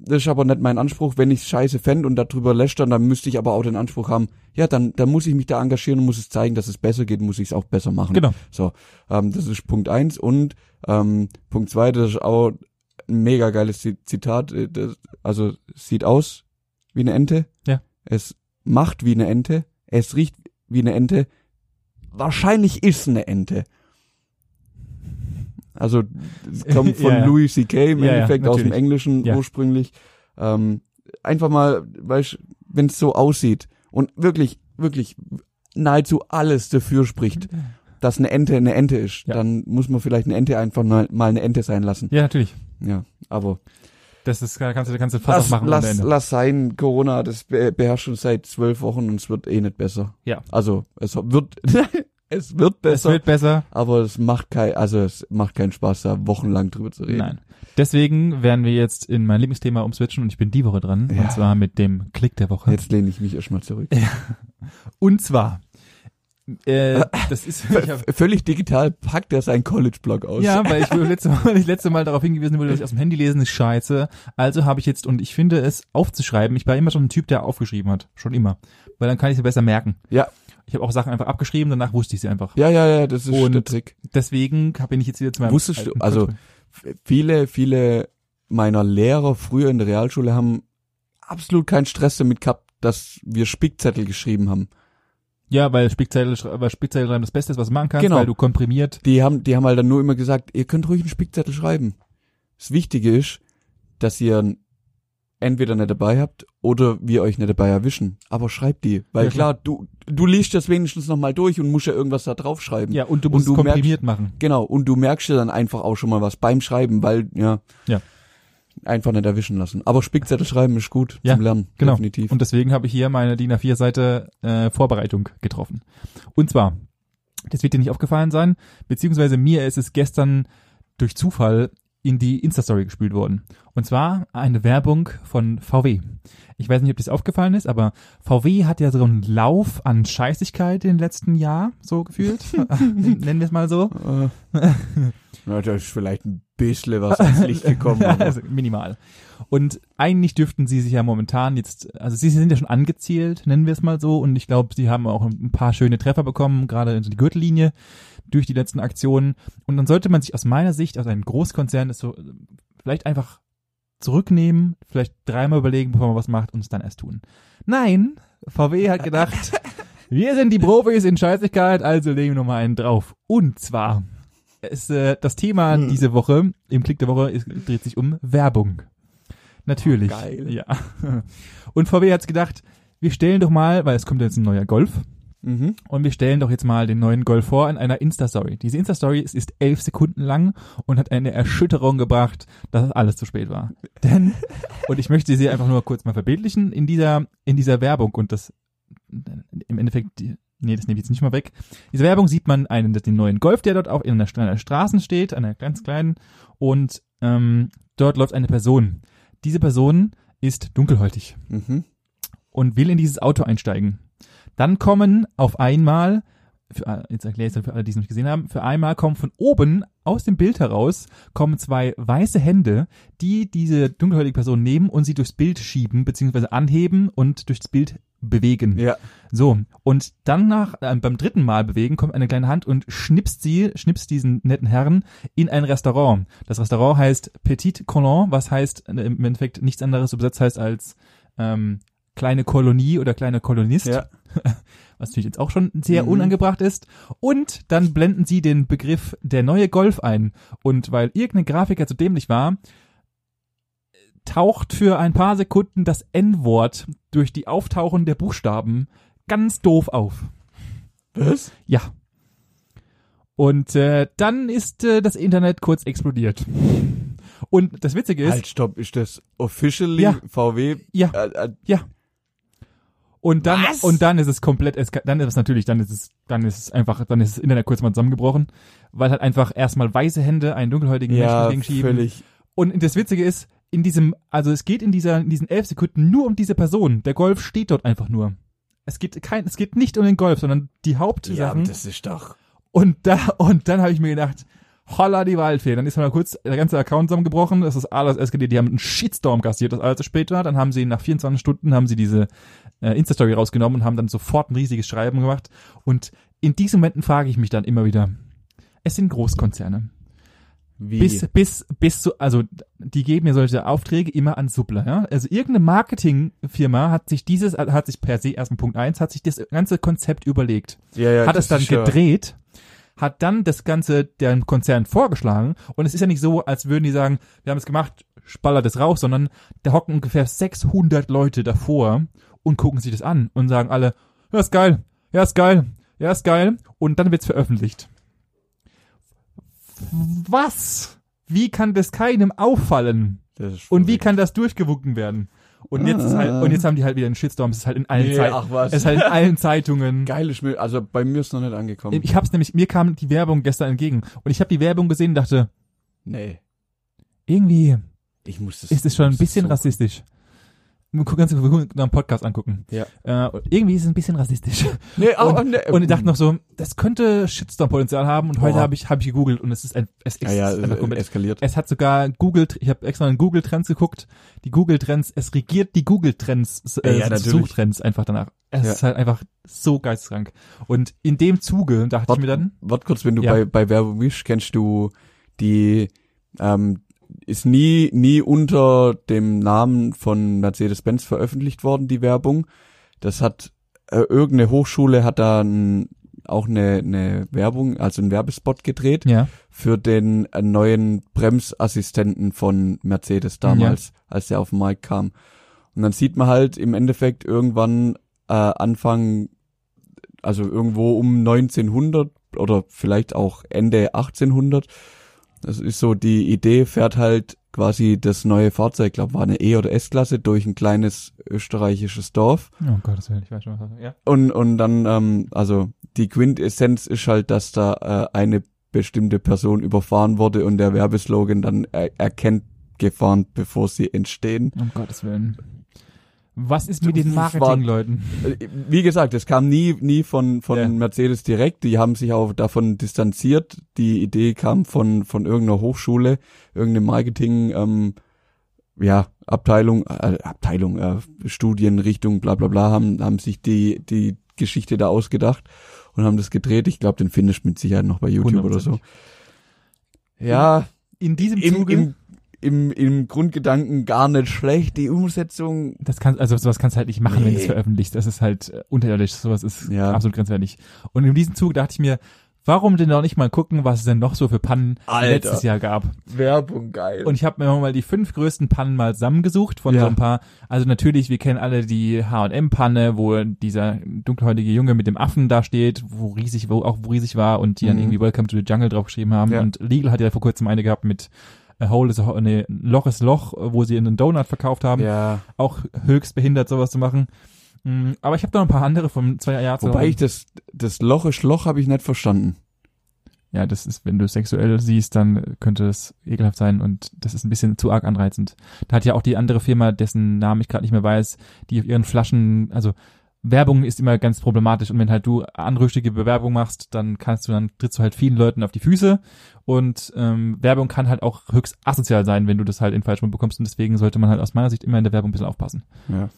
Das ist aber nicht mein Anspruch. Wenn ich scheiße fänd und darüber lästern, dann müsste ich aber auch den Anspruch haben, ja, dann, dann muss ich mich da engagieren und muss es zeigen, dass es besser geht, muss ich es auch besser machen. Genau. So, ähm, das ist Punkt eins und ähm, Punkt zwei, das ist auch ein mega geiles Zi- Zitat. äh, Das, also es sieht aus wie eine Ente. Ja. Es macht wie eine Ente. Es riecht wie eine Ente. Wahrscheinlich ist eine Ente. Also es kommt von Ja, ja. Louis C.K. im Ja, ja, Endeffekt aus dem natürlich. Englischen Ja. ursprünglich. Ähm, einfach mal, weißt, wenn es so aussieht und wirklich, wirklich nahezu alles dafür spricht, dass eine Ente eine Ente ist, Ja. dann muss man vielleicht eine Ente einfach mal, mal eine Ente sein lassen. Ja, natürlich. Ja, aber Das ist, da kannst du, da kannst du Fass lass, aufmachen ohne lass, Ende. lass sein, Corona, das be- beherrscht uns seit zwölf Wochen und es wird eh nicht besser. Ja. Also es wird, es wird Es besser, wird besser. aber es macht kein, also es macht keinen Spaß, da wochenlang drüber zu reden. Nein. Deswegen werden wir jetzt in mein Lieblingsthema umswitchen und ich bin die Woche dran. Ja. Und zwar mit dem Klick der Woche. Jetzt lehne ich mich erstmal zurück. Und zwar, äh, das ist, ich hab, V- Völlig digital packt er seinen College-Blog aus. ja, weil ich letzte Mal, ich letzte Mal darauf hingewiesen wurde, dass ich aus dem Handy lesen ist scheiße. Also habe ich jetzt, und ich finde es aufzuschreiben, ich war immer schon ein Typ, der aufgeschrieben hat. Schon immer. Weil dann kann ich sie besser merken. Ja. Ich habe auch Sachen einfach abgeschrieben, danach wusste ich sie einfach. ja, ja, ja, das ist Und- der Trick. Deswegen hab- bin ich jetzt wieder zu meinem Wusstest du- alten also- Konto. viele, viele meiner Lehrer früher in der Realschule haben absolut keinen Stress damit gehabt, dass wir Spickzettel geschrieben haben. Ja, weil Spickzettel, schre- weil Spickzettel schreiben das Beste ist, was du machen kannst, Genau. weil du komprimiert. Die haben, die haben halt dann nur immer gesagt, ihr könnt ruhig einen Spickzettel schreiben. Das Wichtige ist, dass ihr ihn entweder nicht dabei habt oder wir euch nicht dabei erwischen. Aber schreibt die, weil Ja, klar, klar. du, du liest das wenigstens nochmal durch und musst ja irgendwas da draufschreiben. Ja, und du musst du es komprimiert machen. Genau, und du merkst ja dann einfach auch schon mal was beim Schreiben, weil, ja, Ja. einfach nicht erwischen lassen. Aber Spickzettel schreiben ist gut Ja, zum Lernen, genau. definitiv. Und deswegen habe ich hier meine DIN A4-Seite äh, Vorbereitung getroffen. Und zwar, das wird dir nicht aufgefallen sein, beziehungsweise mir ist es gestern durch Zufall in die Insta-Story gespielt worden. Und zwar eine Werbung von VW. Ich weiß nicht, ob das aufgefallen ist, aber VW hat ja so einen Lauf an Scheißigkeit in den letzten Jahr, so gefühlt. Nennen wir es mal so. Äh, Na, da ist vielleicht ein bisschen was ans Licht gekommen. Ja, aber- also minimal. Und eigentlich dürften sie sich ja momentan jetzt, also sie sind ja schon angezielt, nennen wir es mal so, und ich glaube, sie haben auch ein paar schöne Treffer bekommen, gerade in so die Gürtellinie durch die letzten Aktionen. Und dann sollte man sich aus meiner Sicht, aus einem Großkonzern, ist so äh, vielleicht einfach zurücknehmen, vielleicht dreimal überlegen, bevor man was macht und es dann erst tun. Nein, VW hat gedacht, wir sind die Profis in Scheißigkeit, also legen wir nochmal einen drauf. Und zwar ist äh, das Thema Hm. diese Woche, im Klick der Woche, ist, dreht sich um Werbung. Natürlich. Oh, geil. Ja. Und VW hat's gedacht, wir stellen doch mal, weil es kommt jetzt ein neuer Golf, Mhm. Und wir stellen doch jetzt mal den neuen Golf vor in einer Insta-Story. Diese Insta-Story ist, ist elf Sekunden lang und hat eine Erschütterung gebracht, dass alles zu spät war. Denn, und ich möchte sie einfach nur kurz mal verbildlichen, in dieser, in dieser Werbung und das, im Endeffekt, die, nee, das nehme ich jetzt nicht mal weg. Diese Werbung sieht man einen, den neuen Golf, der dort auch in einer, Stra- einer Straße steht, einer ganz kleinen, und, ähm, dort läuft eine Person. Diese Person ist dunkelhäutig Mhm. und will in dieses Auto einsteigen. Dann kommen auf einmal, für, äh, jetzt erkläre ich es für alle, die es noch nicht gesehen haben, für einmal kommen von oben aus dem Bild heraus, kommen zwei weiße Hände, die diese dunkelhäutige Person nehmen und sie durchs Bild schieben, beziehungsweise anheben und durchs Bild bewegen. Ja. So, und dann nach, äh, beim dritten Mal bewegen, kommt eine kleine Hand und schnipst sie, schnipst diesen netten Herrn in ein Restaurant. Das Restaurant heißt Petit Colon, was heißt äh, im Endeffekt nichts anderes übersetzt heißt als ähm, kleine Kolonie oder kleiner Kolonist, Ja. was natürlich jetzt auch schon sehr Mhm. unangebracht ist. Und dann blenden sie den Begriff der neue Golf ein. Und weil irgendein Grafiker zu dämlich war, taucht für ein paar Sekunden das N-Wort durch die Auftauchen der Buchstaben ganz doof auf. Was? Ja. Und äh, dann ist äh, das Internet kurz explodiert. Und das Witzige ist, Halt, stopp, ist das officially Ja. VW? ja, Äh, äh, und dann Was? und dann ist es komplett eska- dann ist es natürlich, dann ist es dann ist es einfach, dann ist das Internet kurz mal zusammengebrochen, weil halt einfach erstmal weiße Hände einen dunkelhäutigen ja, Menschen gegenschieben. völlig. Und das Witzige ist, in diesem, also es geht in dieser, in diesen elf Sekunden nur um diese Person. Der Golf steht dort einfach nur. Es geht kein, es geht nicht um den Golf, sondern die Ja, Hauptsachen. aber das ist doch. und da, und dann habe ich mir gedacht, holla die Waldfee. Dann ist mal kurz der ganze Account zusammengebrochen. Das ist alles eskaliert. Die haben einen Shitstorm kassiert, dass alles zu spät war. Dann haben sie nach 24 Stunden haben sie diese äh, Insta-Story rausgenommen und haben dann sofort ein riesiges Schreiben gemacht. Und in diesen Momenten frage ich mich dann immer wieder, es sind Großkonzerne. Wie? Bis, bis, bis zu, also die geben ja solche Aufträge immer an Suppler, ja. Also irgendeine Marketingfirma hat sich dieses, hat sich per se erstmal Punkt eins, hat sich das ganze Konzept überlegt, ja, ja, hat es dann Äh, das ist ja- gedreht, hat dann das Ganze dem Konzern vorgeschlagen und es ist ja nicht so, als würden die sagen, wir haben es gemacht, spallert es raus, sondern da hocken ungefähr 600 Leute davor und gucken sich das an und sagen alle, ja ist geil, ja ist geil, ja ist geil und dann wird's veröffentlicht. Was? Wie kann das keinem auffallen? Das ist Und wie verrückt. kann das durchgewunken werden? Und jetzt ist halt, und jetzt haben die halt wieder einen Shitstorm, es ist halt in allen Nee, Zeitungen. ach was. Es ist halt in allen Zeitungen. Geile Schmil, also bei mir ist noch nicht angekommen. Ich hab's nämlich, mir kam die Werbung gestern entgegen und ich habe die Werbung gesehen und dachte, nee, irgendwie ich muss das. ist es schon ein bisschen so- rassistisch. Wir gucken ganz wir gucken noch einen Podcast angucken. Ja. Äh, und irgendwie ist es ein bisschen rassistisch. Nee, auch, und, nee, und ich dachte noch so, das könnte Shitstorm-Potenzial haben und heute Boah. habe ich, hab ich gegoogelt und es ist ein, es, ähm, ja, es ja, ist einfach es- komplett Äh, eskaliert. Es hat sogar Google, ich habe extra in Google Trends geguckt, die Google Trends, es regiert die Google Trends, Ja, äh, ja, natürlich. Suchtrends einfach danach. Es Ja. ist halt einfach so geisteskrank. Und in dem Zuge dachte ich mir dann, Warte kurz, wenn du Ja. bei, bei Werbung bist, kennst du die, ähm, ist nie, nie unter dem Namen von Mercedes-Benz veröffentlicht worden, die Werbung. Das hat, äh, irgendeine Hochschule hat da ein, auch eine, eine Werbung, also einen Werbespot gedreht ja, für den äh, neuen Bremsassistenten von Mercedes damals, als der auf den Markt kam. Und dann sieht man halt im Endeffekt irgendwann äh, Anfang, also irgendwo um 1900 oder vielleicht auch Ende 1800. Das ist so die Idee, fährt halt quasi das neue Fahrzeug, glaube war eine E- oder S-Klasse durch ein kleines österreichisches Dorf. oh Gott, das will ich weiß schon, was- ja. Und, und dann, ähm, also die Quintessenz ist halt, dass da äh, eine bestimmte Person überfahren wurde und der Werbeslogan dann er erkennt Gefahren, bevor sie entstehen. Um Gottes Willen. Was ist mit Du- den das war- Marketingleuten? Äh, Wie gesagt, es kam nie, nie von, von Ja. Mercedes direkt. Die haben sich auch davon distanziert. Die Idee kam von, von irgendeiner Hochschule, irgendeine Marketing, ähm, ja, Abteilung, äh, Abteilung, äh, Studienrichtung, bla, bla, bla, haben, haben sich die, die Geschichte da ausgedacht und haben das gedreht. Ich glaube, den findest du mit Sicherheit noch bei YouTube oder so. Ja, In diesem im, Zuge, im, im, im Grundgedanken gar nicht schlecht. Die Umsetzung das kann, also sowas kannst du halt nicht machen, wenn du es Nee. veröffentlicht. Das ist halt äh, unterirdisch, sowas ist Ja. absolut grenzwertig. Und in diesem Zuge dachte ich mir, Warum denn auch nicht mal gucken, was es denn noch so für Pannen Alter. letztes Jahr gab? Werbung geil. Und ich habe mir mal die fünf größten Pannen mal zusammengesucht von Ja. so ein paar. Also natürlich, wir kennen alle die H&M-Panne, wo dieser dunkelhäutige Junge mit dem Affen da steht, wo riesig, wo auch wo riesig war und die dann Mhm. irgendwie Welcome to the Jungle draufgeschrieben haben. Ja. Und Legal hat ja vor kurzem eine gehabt mit A Hole is a Ho nee, Loch ist Loch, wo sie einen Donut verkauft haben. ja. Auch höchst behindert, sowas zu machen. Mm, Aber ich habe da noch ein paar andere vom zwei Jahren. Wobei ich das, das Loch ist Loch habe ich nicht verstanden. ja, das ist, wenn du sexuell siehst, dann könnte das ekelhaft sein und das ist ein bisschen zu arg anreizend. Da hat ja auch die andere Firma, dessen Namen ich gerade nicht mehr weiß, die auf ihren Flaschen, also Werbung ist immer ganz problematisch und wenn halt du anrüchtige Bewerbung machst, dann kannst du, dann trittst du halt vielen Leuten auf die Füße und ähm, Werbung kann halt auch höchst asozial sein, wenn du das halt in Falschmund bekommst und deswegen sollte man halt aus meiner Sicht immer in der Werbung ein bisschen aufpassen. Ja.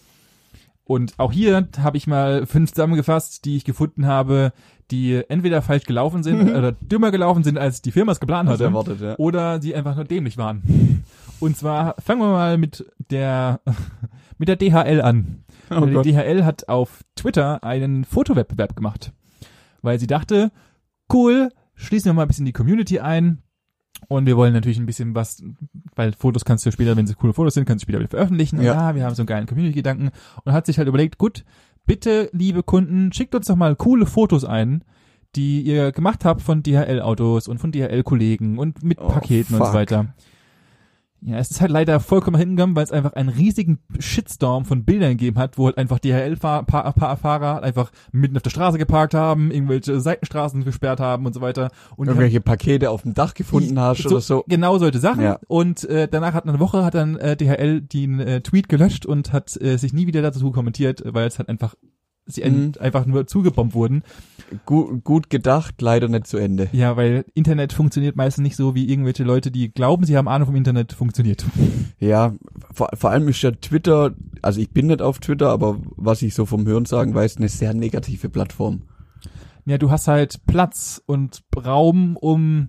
Und auch hier habe ich mal fünf zusammengefasst, die ich gefunden habe, die entweder falsch gelaufen sind oder dümmer gelaufen sind, als die Firma es geplant Also hatte. erwartet, ja. Oder die einfach nur dämlich waren. Und zwar fangen wir mal mit der, mit der DHL an. Oh die Gott. DHL hat auf Twitter einen Fotowettbewerb gemacht, weil sie dachte, cool, schließen wir mal ein bisschen die Community ein. Und wir wollen natürlich ein bisschen was, weil Fotos kannst du später, wenn es coole Fotos sind, kannst du später wieder veröffentlichen. Und Ja. ja, wir haben so einen geilen Community-Gedanken. Und hat sich halt überlegt, gut, bitte, liebe Kunden, schickt uns doch mal coole Fotos ein, die ihr gemacht habt von DHL-Autos und von DHL-Kollegen und mit Oh, Paketen und so fuck. weiter. Ja, es ist halt leider vollkommen hingegangen, weil es einfach einen riesigen Shitstorm von Bildern gegeben hat, wo halt einfach DHL-Fahrer einfach mitten auf der Straße geparkt haben, irgendwelche Seitenstraßen gesperrt haben und so weiter. Und die Irgendwelche Pakete auf dem Dach gefunden hast oder so. Genau solche Sachen. Ja. Und äh, danach hat eine Woche hat dann äh, DHL den äh, Tweet gelöscht und hat äh, sich nie wieder dazu kommentiert, weil es halt einfach sie ein- Mhm. einfach nur zugebombt wurden. Gut, gut gedacht, leider nicht zu Ende. Ja, weil Internet funktioniert meistens nicht so, wie irgendwelche Leute, die glauben, sie haben Ahnung vom Internet, funktioniert. Ja, vor, vor allem ist ja Twitter, also ich bin nicht auf Twitter, aber was ich so vom Hören sagen weiß, eine sehr negative Plattform. Ja, du hast halt Platz und Raum, um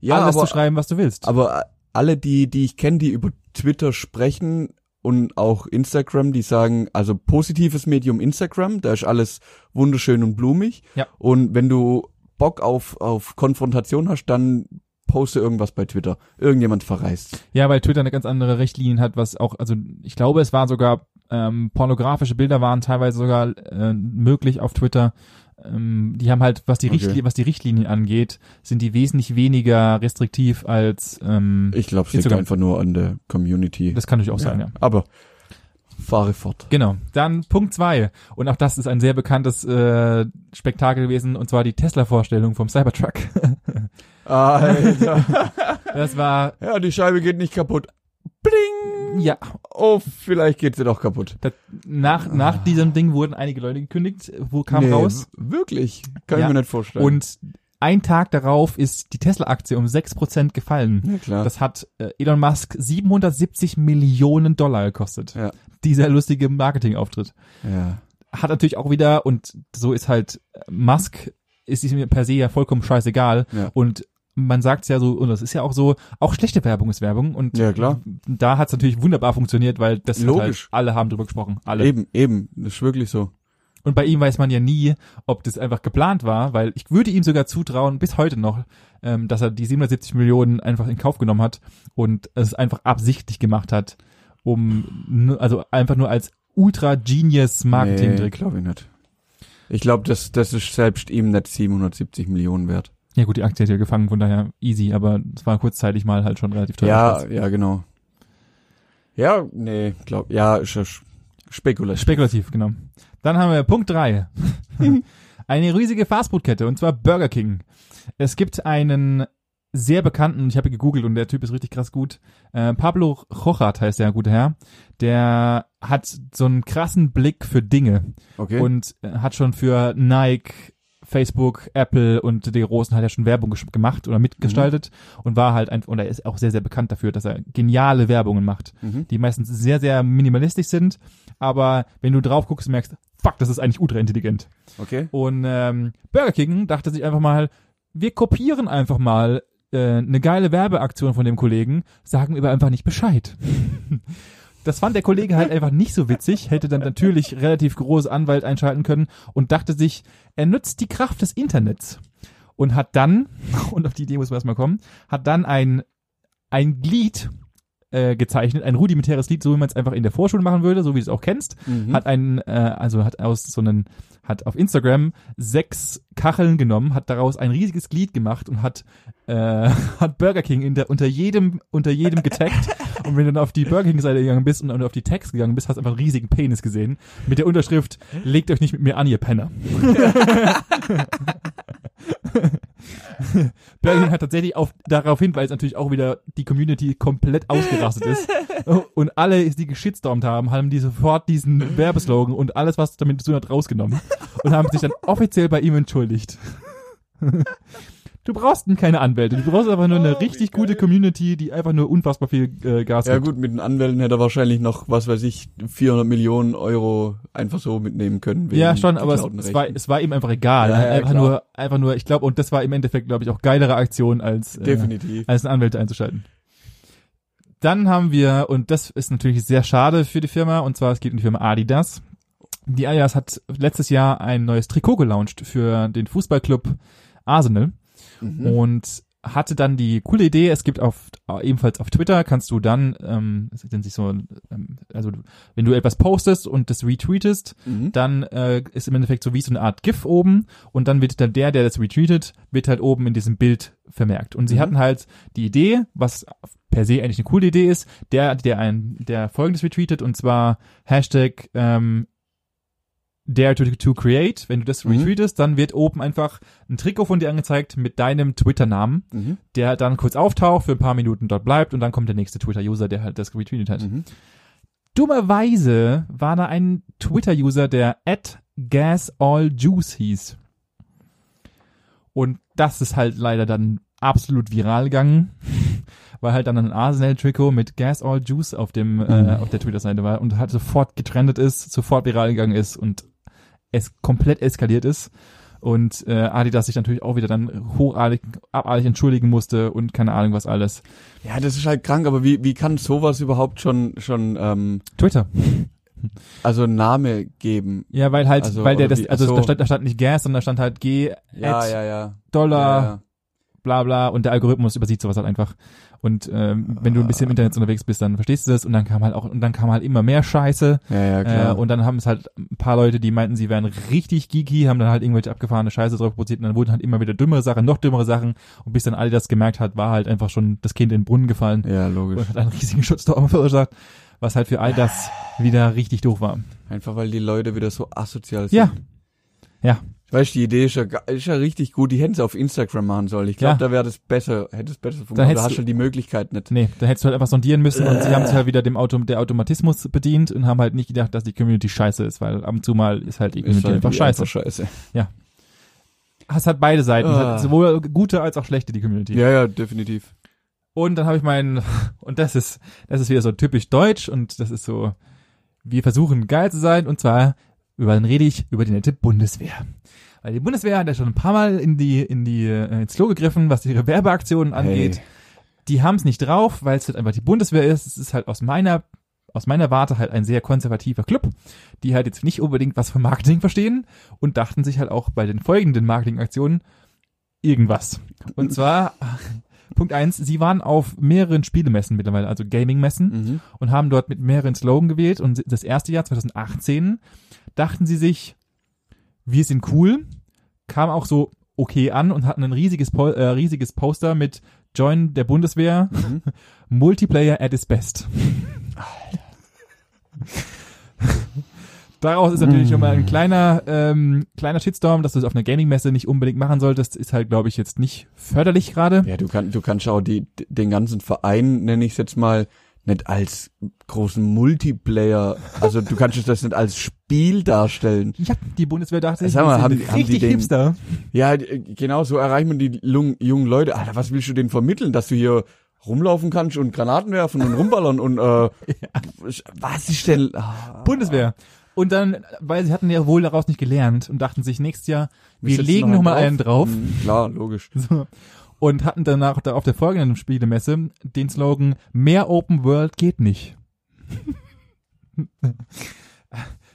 Ja, alles aber, zu schreiben, was du willst. aber äh, alle, die, die ich kenne, die über Twitter sprechen und auch Instagram, die sagen, also positives Medium Instagram, da ist alles wunderschön und blumig. Ja. Und wenn du Bock auf, auf Konfrontation hast, dann poste irgendwas bei Twitter. Irgendjemand verreist. ja, weil Twitter eine ganz andere Richtlinie hat, was auch, also ich glaube, es war sogar ähm, pornografische Bilder waren teilweise sogar äh, möglich auf Twitter. Ähm, die haben halt, was die, Okay. Richtli was die Richtlinien angeht, sind die wesentlich weniger restriktiv als ähm, Ich glaube, es liegt Instagram. einfach nur an der Community. das kann natürlich auch sein, ja. Aber fahre fort. Genau. Dann Punkt zwei. Und auch das ist ein sehr bekanntes äh, Spektakel gewesen, und zwar die Tesla-Vorstellung vom Cybertruck. Alter. Das war, ja, die Scheibe geht nicht kaputt. Bling! ja, Oh, vielleicht geht sie doch kaputt. das, nach, nach diesem Ding wurden einige Leute gekündigt, wo kam raus. w- Wirklich? Kann Ja. ich mir nicht vorstellen. Und ein Tag darauf ist die Tesla-Aktie um 6% gefallen. ja, klar. Das hat äh, Elon Musk 770 Millionen Dollar gekostet. Ja. Dieser lustige Marketingauftritt. ja. Hat natürlich auch wieder, und so ist halt äh, Musk, ist es mir per se ja vollkommen scheißegal. Ja. Und man sagt ja so, und das ist ja auch so, auch schlechte Werbung ist Werbung. Und Ja, klar. da hat es natürlich wunderbar funktioniert, weil das hat Logisch. Halt, alle haben drüber gesprochen. Alle. Eben, eben. Das ist wirklich so. Und bei ihm weiß man ja nie, ob das einfach geplant war, weil ich würde ihm sogar zutrauen, bis heute noch, ähm, dass er die 770 Millionen einfach in Kauf genommen hat und es einfach absichtlich gemacht hat, um, nu- also einfach nur als nee, Ultra-Genius-Marketing-Trick. glaube ich nicht. Ich glaube, das, das ist selbst ihm nicht 770 Millionen wert. ja gut, die Aktie hat ja gefangen, von daher easy, aber es war kurzzeitig mal halt schon relativ teuer. Ja, ja, genau. Ja, nee, glaub, ja, ist ja sch- spekulativ. Spekulativ, genau. Dann haben wir Punkt drei. Eine riesige Fastfood-Kette, und zwar Burger King. Es gibt einen sehr bekannten, ich habe ihn gegoogelt und der Typ ist richtig krass gut, äh, Pablo Rochard heißt der gute Herr, der hat so einen krassen Blick für Dinge Okay. und äh, hat schon für Nike, Facebook, Apple und die Großen hat er schon Werbung gesch- gemacht oder mitgestaltet und war halt einfach, und er ist auch sehr, sehr bekannt dafür, dass er geniale Werbungen macht mhm. die meistens sehr, sehr minimalistisch sind. Aber wenn du drauf guckst, merkst, fuck, das ist eigentlich ultra intelligent. Okay. Und ähm, Burger King dachte sich einfach mal, wir kopieren einfach mal äh, eine geile Werbeaktion von dem Kollegen, sagen aber einfach nicht Bescheid. Das fand der Kollege halt einfach nicht so witzig, hätte dann natürlich relativ groß Anwalt einschalten können und dachte sich, er nutzt die Kraft des Internets und hat dann, und auf die Idee muss man erstmal kommen, hat dann ein, ein Glied äh, gezeichnet, ein rudimentäres Lied, so wie man es einfach in der Vorschule machen würde, so wie du es auch kennst, Mhm. hat einen, äh, also hat aus so einen, hat auf Instagram sechs Kacheln genommen, hat daraus ein riesiges Glied gemacht und hat, äh, hat Burger King in der, unter jedem, unter jedem getaggt. Und wenn du dann auf die Burger King-Seite gegangen bist und dann auf die Tags gegangen bist, hast du einfach einen riesigen Penis gesehen. Mit der Unterschrift, legt euch nicht mit mir an, ihr Penner. Burger King hat tatsächlich auf, daraufhin, weil es natürlich auch wieder die Community komplett ausgerastet ist und alle, die geschitstormt haben, haben die sofort diesen Werbeslogan und alles, was damit zu tun hat, rausgenommen und haben sich dann offiziell bei ihm entschuldigt. Du brauchst denn keine Anwälte, du brauchst einfach nur eine richtig gute Community, die einfach nur unfassbar viel äh, Gas Ja gibt. gut, mit den Anwälten hätte er wahrscheinlich noch, was weiß ich, 400 Millionen Euro einfach so mitnehmen können. wegen Ja, schon, aber es, geklauten es, war, Rechten. es war ihm einfach egal. Ja, ja, einfach klar. nur, einfach nur, ich glaube, und das war im Endeffekt, glaube ich, auch geilere Aktion als äh, Definitiv. als einen Anwalt einzuschalten. Dann haben wir, und das ist natürlich sehr schade für die Firma, und zwar es geht um die Firma Adidas. Die Adidas hat letztes Jahr ein neues Trikot gelauncht für den Fußballclub Arsenal Mhm. und hatte dann die coole Idee, es gibt auf ebenfalls auf Twitter kannst du dann ähm, es nennt sich so ähm, also wenn du etwas postest und das retweetest, Mhm. dann äh, ist im Endeffekt so wie so eine Art GIF oben und dann wird dann der, der das retweetet, wird halt oben in diesem Bild vermerkt. Und sie Mhm. hatten halt die Idee, was per se eigentlich eine coole Idee ist, der, der ein, der folgendes retweetet und zwar Hashtag ähm, Dare to, to create, wenn du das Mhm. retweetest, dann wird oben einfach ein Trikot von dir angezeigt mit deinem Twitter-Namen, Mhm. der dann kurz auftaucht, für ein paar Minuten dort bleibt und dann kommt der nächste Twitter-User, der halt das retweetet hat. Mhm. Dummerweise war da ein Twitter-User, der at GasAllJuice hieß. Und das ist halt leider dann absolut viral gegangen, weil halt dann ein Arsenal-Trikot mit GasAllJuice auf dem äh, Mhm. auf der Twitter-Seite war und halt sofort getrendet ist, sofort viral gegangen ist und es komplett eskaliert ist. Und äh, Adidas sich natürlich auch wieder dann hochadig, abartig entschuldigen musste und keine Ahnung was alles. Ja, das ist halt krank, aber wie, wie kann sowas überhaupt schon, schon ähm, Twitter. also einen Name geben? Ja, weil halt, Also, weil der oder das, wie? also Ach so. da, stand, da stand nicht Gas, sondern da stand halt G, Ja, at, ja, ja. Dollar, ja, ja. bla bla und der Algorithmus übersieht sowas halt einfach. Und ähm, wenn du ein bisschen im Internet unterwegs bist, dann verstehst du das und dann kam halt auch, und dann kam halt immer mehr Scheiße. Ja, ja, klar. Äh, und dann haben es halt ein paar Leute, die meinten, sie wären richtig geeky, haben dann halt irgendwelche abgefahrene Scheiße drauf produziert und dann wurden halt immer wieder dümmere Sachen, noch dümmere Sachen und bis dann alle das gemerkt hat, war halt einfach schon das Kind in den Brunnen gefallen ja, logisch. und hat einen riesigen Schutzstorm verursacht, was halt für all das wieder richtig doof war. Einfach weil die Leute wieder so asozial sind. Ja. Ja. Weißt du, die Idee ist ja, ge- ist ja richtig gut. Die hätten sie auf Instagram machen sollen. Ich glaube, Ja. da wäre das besser, hätte es besser Da funktioniert. hättest Da hast du- du halt die Möglichkeit nicht. Nee, da hättest du halt einfach sondieren müssen und sie haben Äh. sich halt wieder dem Auto, der Automatismus bedient und haben halt nicht gedacht, dass die Community scheiße ist, weil ab und zu mal ist halt die Community halt einfach die scheiße. scheiße. Hast halt beide Seiten, es Ah. hat sowohl gute als auch schlechte die Community. Ja, ja, definitiv. Und dann habe ich meinen und das ist das ist wieder so typisch deutsch und das ist so wir versuchen geil zu sein und zwar über den rede ich über die nette Bundeswehr. Weil die Bundeswehr hat ja schon ein paar Mal in die in die äh, ins Klo gegriffen, was ihre Werbeaktionen angeht. Hey. die haben es nicht drauf, weil es halt einfach die Bundeswehr ist. Es ist halt aus meiner aus meiner Warte halt ein sehr konservativer Club, die halt jetzt nicht unbedingt was von Marketing verstehen und dachten sich halt auch bei den folgenden Marketingaktionen irgendwas. Und zwar Punkt eins: sie waren auf mehreren Spielemessen mittlerweile, also Gaming-Messen Mhm. und haben dort mit mehreren Slogan gewählt. Und das erste Jahr 2018 dachten sie sich, wir sind cool, kam auch so okay an und hatten ein riesiges, Po- äh, riesiges Poster mit Join der Bundeswehr, Mhm. Multiplayer at its best. Daraus ist natürlich schon Mhm. mal ein kleiner, ähm, kleiner Shitstorm, dass du es auf einer Gaming-Messe nicht unbedingt machen solltest, ist halt, glaube ich, jetzt nicht förderlich gerade. Ja, du, kann, du kannst auch die, den ganzen Verein, nenne ich es jetzt mal, nicht als großen Multiplayer, also du kannst das nicht als Spiel darstellen. Ja, die Bundeswehr dachte, Sag mal, wir haben sind die- haben die richtig den- Hipster. Ja, d- genau so erreicht man die lung- jungen Leute. Alter, was willst du denen vermitteln, dass du hier rumlaufen kannst und Granaten werfen und rumballern und äh, was ist denn? Ah, Bundeswehr. Und dann, weil sie hatten ja wohl daraus nicht gelernt und dachten sich nächstes Jahr, wir setzen legen noch nochmal einen drauf. Mhm, klar, logisch. So. Und hatten danach da auf der folgenden Spielemesse den Slogan, mehr Open World geht nicht.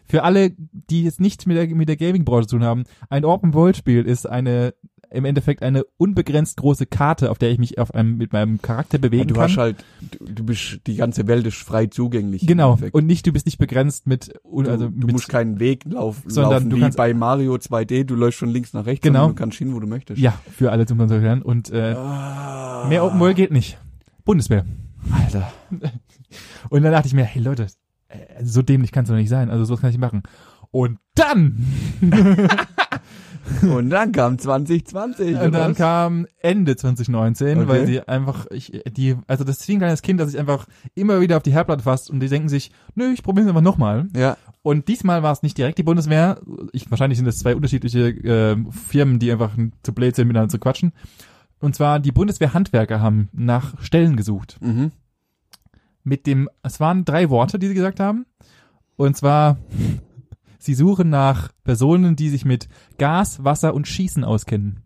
Für alle, die jetzt nichts mit der, mit der Gaming-Branche zu tun haben, ein Open World-Spiel ist eine, im Endeffekt eine unbegrenzt große Karte, auf der ich mich auf einem, mit meinem Charakter bewegen Ja, du kann. hast halt, du, du bist, die ganze Welt ist frei zugänglich. im genau. Endeffekt. Und nicht, du bist nicht begrenzt mit, Du, un- also du mit, musst keinen Weg lauf, Sondern laufen du wie kannst- bei Mario 2D, du läufst von links nach rechts, Genau. sondern du kannst hin, wo du möchtest. ja, für alle zum Konsultieren. Und, äh, Ah. mehr Open World geht nicht. Bundeswehr. Alter. Und dann dachte ich mir, hey Leute, äh, so dämlich kannst du doch nicht sein. Also sowas kann ich nicht machen. Und dann, Und dann kam 2020. und oder dann was? kam Ende 2019, Okay. weil sie einfach, ich, äh, die, also das ist wie ein kleines Kind, das sich einfach immer wieder auf die Herdplatte fasst und die denken sich, nö, ich probiere es einfach nochmal. ja, Und diesmal war es nicht direkt die Bundeswehr. Ich, wahrscheinlich sind das zwei unterschiedliche äh, Firmen, die einfach zu blöd sind, miteinander zu quatschen. Und zwar die Bundeswehrhandwerker haben nach Stellen gesucht. mhm. mit dem, es waren drei Worte, die sie gesagt haben. Und zwar, sie suchen nach Personen, die sich mit Gas, Wasser und Schießen auskennen.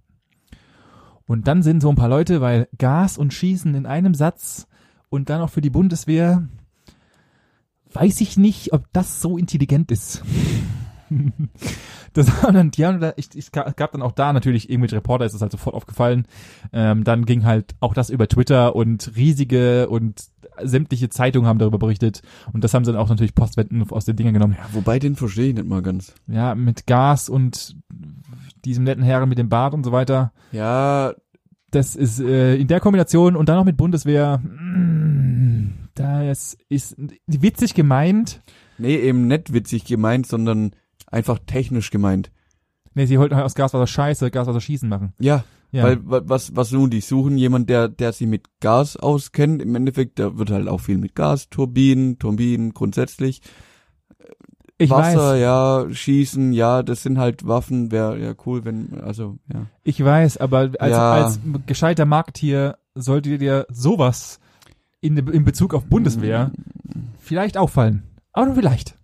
Und dann sind so ein paar Leute, weil Gas und Schießen in einem Satz und dann auch für die Bundeswehr, weiß ich nicht, ob das so intelligent ist. Das haben dann, die haben, da- ich, ich ga- gab dann auch da natürlich irgendwelche Reporter, ist das halt sofort aufgefallen. Ähm, dann ging halt auch das über Twitter und riesige und sämtliche Zeitungen haben darüber berichtet. Und das haben sie dann auch natürlich Postwenden aus den Dingern genommen. Wobei, den verstehe ich nicht mal ganz. Ja, mit Gas und diesem netten Herren mit dem Bart und so weiter. Ja, Das ist äh, in der Kombination und dann noch mit Bundeswehr. mm, Das ist witzig gemeint. nee, eben nicht witzig gemeint, sondern einfach technisch gemeint. Nee, sie wollten halt aus Gaswasser Scheiße, Gaswasser Schießen machen. Ja, Ja. weil wa- was, was nun, die suchen jemand, der, der sich mit Gas auskennt. Im Endeffekt, da wird halt auch viel mit Gas, Turbinen, Turbinen grundsätzlich. ich Wasser, weiß, ja, Schießen, ja, das sind halt Waffen, wäre ja cool, wenn, also, ja. ich weiß, aber als, Ja. als gescheiter Marktier solltet ihr sowas in, in Bezug auf Bundeswehr vielleicht auffallen. Aber nur vielleicht.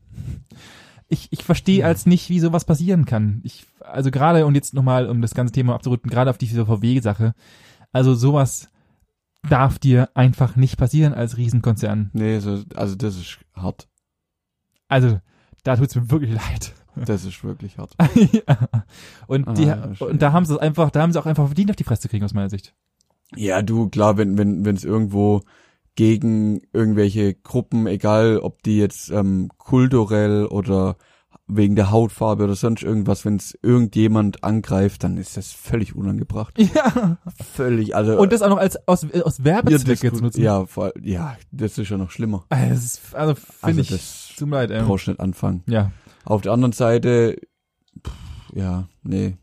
Ich, ich verstehe als nicht, wie sowas passieren kann. Ich, also gerade, und jetzt nochmal, um das ganze Thema abzurücken, gerade auf diese VW-Sache. Also sowas darf dir einfach nicht passieren als Riesenkonzern. Nee, so, also das ist hart. Also, da tut's mir wirklich leid. Das ist wirklich hart. ja. Und, die, Ah, ja, und da haben sie es einfach, da haben sie auch einfach verdient, auf die Fresse zu kriegen, aus meiner Sicht. Ja, du, klar, wenn, wenn, wenn es irgendwo gegen irgendwelche Gruppen, egal ob die jetzt ähm, kulturell oder wegen der Hautfarbe oder sonst irgendwas, wenn es irgendjemand angreift, dann ist das völlig unangebracht. Ja. Völlig, also Und das auch noch als, aus, äh, aus ihr Werbezwecke zu Disku- nutzen. ja, vor, all- ja, das ist ja noch schlimmer. Also, das ist- also also finde ich, das tut mir leid, ähm, brauchst du nicht anfangen. Ja. Auf der anderen Seite, pff, ja, nee.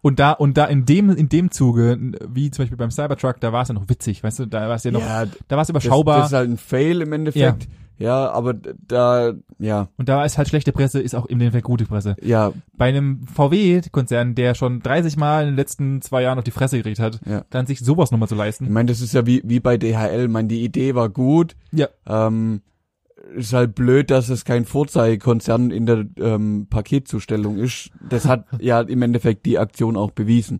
Und da, und da in dem, in dem Zuge, wie zum Beispiel beim Cybertruck, da war es ja noch witzig, weißt du, da war es ja noch, ja, da war es das, überschaubar das ist halt ein Fail im Endeffekt. Ja, aber d- da, ja, und da ist halt schlechte Presse, ist auch im Endeffekt gute Presse. ja, Bei einem VW-Konzern, der schon 30 Mal in den letzten zwei Jahren auf die Fresse gekriegt hat, Ja. dann sich sowas nochmal zu Ich leisten. meine, das ist ja wie, wie bei DHL. Ich meine, die Idee war gut. Ja. Ähm, ist halt blöd, dass es kein Vorzeigekonzern in der ähm, Paketzustellung ist. Das hat ja im Endeffekt die Aktion auch bewiesen.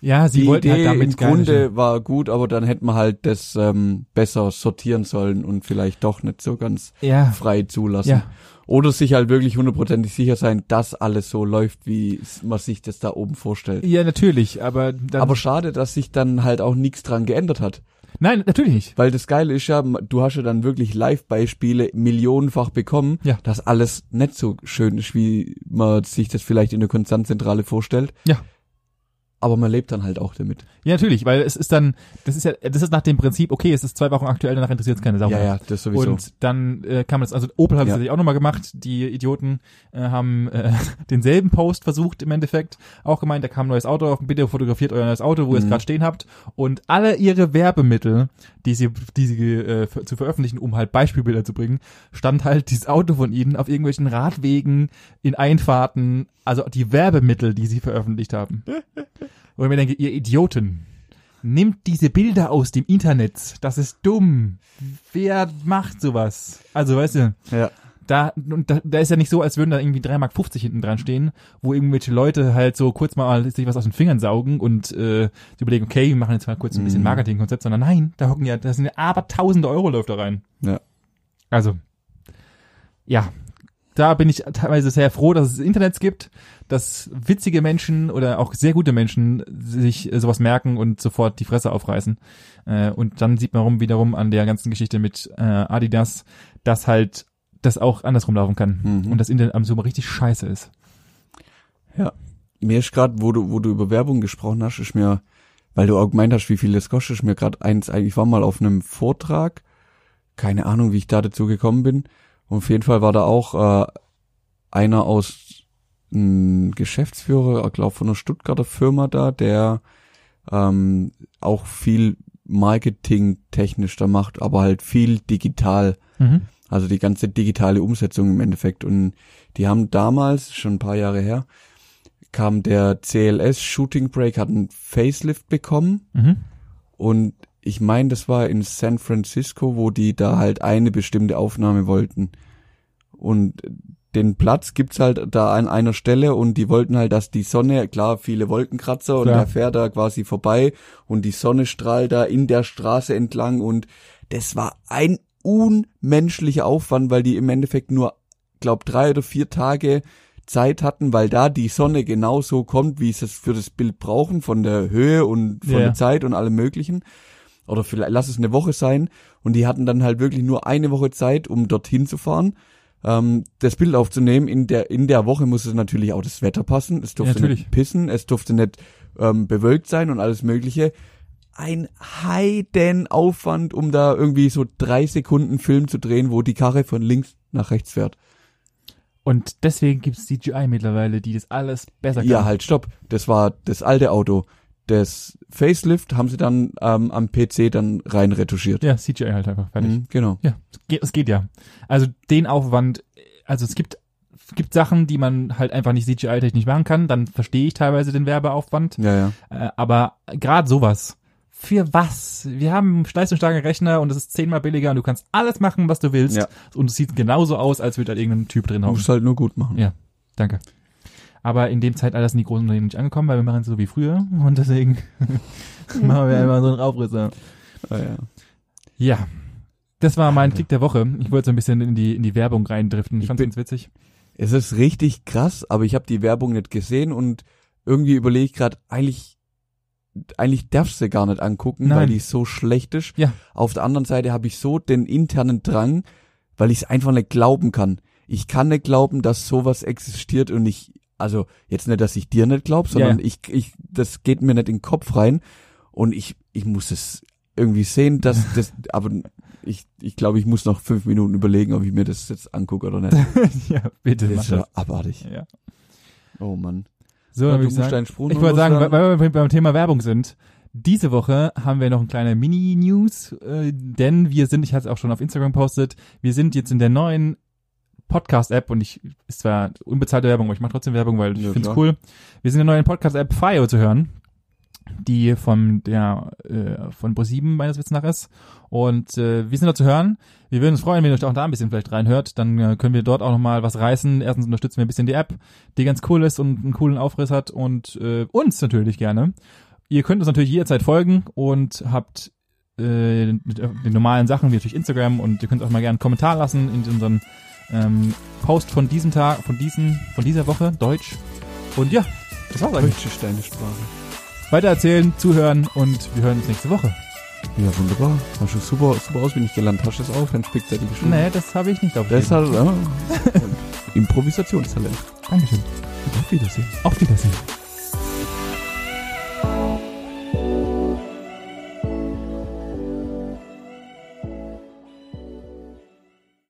Ja, sie die wollten Idee halt damit im Grunde war gut, aber dann hätten wir halt das ähm, besser sortieren sollen und vielleicht doch nicht so ganz Ja, frei zulassen. ja, Oder sich halt wirklich hundertprozentig sicher sein, dass alles so läuft, wie es- man sich das da oben vorstellt. ja, natürlich, aber dann, Aber schade, dass sich dann halt auch nichts dran geändert hat. nein, natürlich nicht. Weil das Geile ist ja, du hast ja dann wirklich Live-Beispiele millionenfach bekommen, Ja. dass alles nicht so schön ist, wie man sich das vielleicht in der Konzernzentrale vorstellt. Ja. Aber man lebt dann halt auch damit. Ja, natürlich, weil es ist dann, das ist ja, das ist nach dem Prinzip, okay, es ist zwei Wochen aktuell, danach interessiert es keine Sau ja, mehr. ja, das sowieso. Und dann äh, kann man das, also Opel hat es Ja. natürlich auch nochmal gemacht. Die Idioten äh, haben äh, denselben Post versucht im Endeffekt. Auch gemeint, da kam ein neues Auto auf, bitte fotografiert euer neues Auto, wo ihr es Mhm. gerade stehen habt. Und alle ihre Werbemittel, die sie, die sie äh, ver- zu veröffentlichen, um halt Beispielbilder zu bringen, stand halt dieses Auto von ihnen auf irgendwelchen Radwegen, in Einfahrten, also die Werbemittel, die sie veröffentlicht haben. Und ich mir denke, ihr Idioten, nehmt diese Bilder aus dem Internet. Das ist dumm. Wer macht sowas? Also, weißt du, ja. da, und da, da ist ja nicht so, als würden da irgendwie 3,50 Mark hinten dran stehen, wo irgendwelche Leute halt so kurz mal sich was aus den Fingern saugen und äh, sie überlegen, okay, wir machen jetzt mal kurz ein bisschen Mhm. Marketingkonzept, sondern nein, da hocken ja, da sind ja aber tausende Euro läuft da rein. Ja. Also, ja, da bin ich teilweise sehr froh, dass es Internets gibt, dass witzige Menschen oder auch sehr gute Menschen sich äh, sowas merken und sofort die Fresse aufreißen. Äh, und dann sieht man rum, wiederum an der ganzen Geschichte mit äh, Adidas, dass halt das auch andersrum laufen kann Mhm. und das Internet am Sommer richtig scheiße ist. Ja. Mir ist gerade, wo du, wo du über Werbung gesprochen hast, ist mir, weil du auch gemeint hast, wie viel das kostet, ist mir gerade eins eigentlich, ich war mal auf einem Vortrag, keine Ahnung, wie ich da dazu gekommen bin. Und auf jeden Fall war da auch äh, einer aus ein Geschäftsführer, ich glaube von einer Stuttgarter Firma da, der ähm, auch viel Marketing technisch da macht, aber halt viel digital. Mhm. Also die ganze digitale Umsetzung im Endeffekt. Und die haben damals, schon ein paar Jahre her, kam der CLS Shooting Break, hat einen Facelift bekommen. Mhm. Und ich meine, das war in San Francisco, wo die da halt eine bestimmte Aufnahme wollten. Und den Platz gibt's halt da an einer Stelle und die wollten halt, dass die Sonne, klar, viele Wolkenkratzer und Klar. der fährt da quasi vorbei und die Sonne strahlt da in der Straße entlang und das war ein unmenschlicher Aufwand, weil die im Endeffekt nur, glaub, drei oder vier Tage Zeit hatten, weil da die Sonne genauso kommt, wie sie es für das Bild brauchen, von der Höhe und von Ja. der Zeit und allem möglichen. Oder vielleicht lass es eine Woche sein. Und die hatten dann halt wirklich nur eine Woche Zeit, um dorthin zu fahren, ähm, das Bild aufzunehmen. In der, in der Woche musste natürlich auch das Wetter passen. Es durfte natürlich. nicht pissen, es durfte nicht ähm, bewölkt sein und alles mögliche. Ein Heidenaufwand, um da irgendwie so drei Sekunden Film zu drehen, wo die Karre von links nach rechts fährt. Und deswegen gibt's CGI mittlerweile, die das alles besser kann. Ja, halt, stopp. Das war das alte Auto. Das Facelift haben sie dann ähm, am PC dann rein retuschiert. ja CGI halt einfach fertig. Mhm, genau. Ge- Es geht ja. Also den Aufwand, also es gibt gibt Sachen, die man halt einfach nicht CGI-technisch machen kann, dann verstehe ich teilweise den Werbeaufwand. Ja, ja. Äh, aber gerade sowas. Für was? Wir haben einen leistungsstarken Rechner und es ist zehnmal billiger und du kannst alles machen, was du willst. Ja. Und es sieht genauso aus, als würde da irgendein Typ drin Du hocken. musst halt nur gut machen. Ja. Danke. Aber in dem Zeitalter sind die großen Unternehmen nicht angekommen, weil wir machen es so wie früher und deswegen machen wir immer so einen Aufrisser. Ja, ja. Ja. Das war mein Klick der Woche. Ich wollte so ein bisschen in die, in die Werbung reindriften. Ich Ich fand's bin- ganz witzig. Es ist richtig krass, aber ich habe die Werbung nicht gesehen und irgendwie überlege ich gerade, eigentlich, eigentlich darfst du gar nicht angucken, Nein. weil die so schlecht ist. Ja. Auf der anderen Seite habe ich so den internen Drang, weil ich es einfach nicht glauben kann. Ich kann nicht glauben, dass sowas existiert und ich, also jetzt nicht, dass ich dir nicht glaube, sondern ich, ich, das geht mir nicht in den Kopf rein und ich, ich muss es irgendwie sehen, dass das, aber ich, ich glaube, ich muss noch fünf Minuten überlegen, ob ich mir das jetzt angucke oder nicht. ja, bitte. Das Mach ist ja das. abartig. Ja. Oh Mann. So, du dann würde ich musst sagen, deinen Sprung ich wollte sagen, weil weil wir beim Thema Werbung sind, diese Woche haben wir noch eine kleine Mini-News, äh, denn wir sind, ich hatte es auch schon auf Instagram gepostet, wir sind jetzt in der neuen Podcast-App und ich, ist zwar unbezahlte Werbung, aber ich mache trotzdem Werbung, weil ich Ja, finde es klar. cool. Wir sind in der neuen Podcast-App FIO zu hören, die von der, äh, von Pro7 meines Wissens nach ist. Und äh, wir sind da zu hören. Wir würden uns freuen, wenn ihr euch auch da ein bisschen vielleicht reinhört. Dann äh, können wir dort auch nochmal was reißen. Erstens unterstützen wir ein bisschen die App, die ganz cool ist und einen coolen Aufriss hat und äh, uns natürlich gerne. Ihr könnt uns natürlich jederzeit folgen und habt äh, den, den normalen Sachen wie natürlich Instagram und ihr könnt auch mal gerne einen Kommentar lassen in unseren ähm, Post von diesem Tag, von diesen, von dieser Woche, Deutsch. Und ja, das war's eigentlich. Deutsch ist deine Sprache. Weitererzählen, zuhören und wir hören uns nächste Woche. Ja, wunderbar. Hast du super, super auswendig gelernt. Hast du es auf, Herrn Spickzettel geschrieben? Nee, das habe ich nicht auf Mhm. Das hat, ja. Improvisationstalent. Dankeschön. Auf Wiedersehen. Auf Wiedersehen.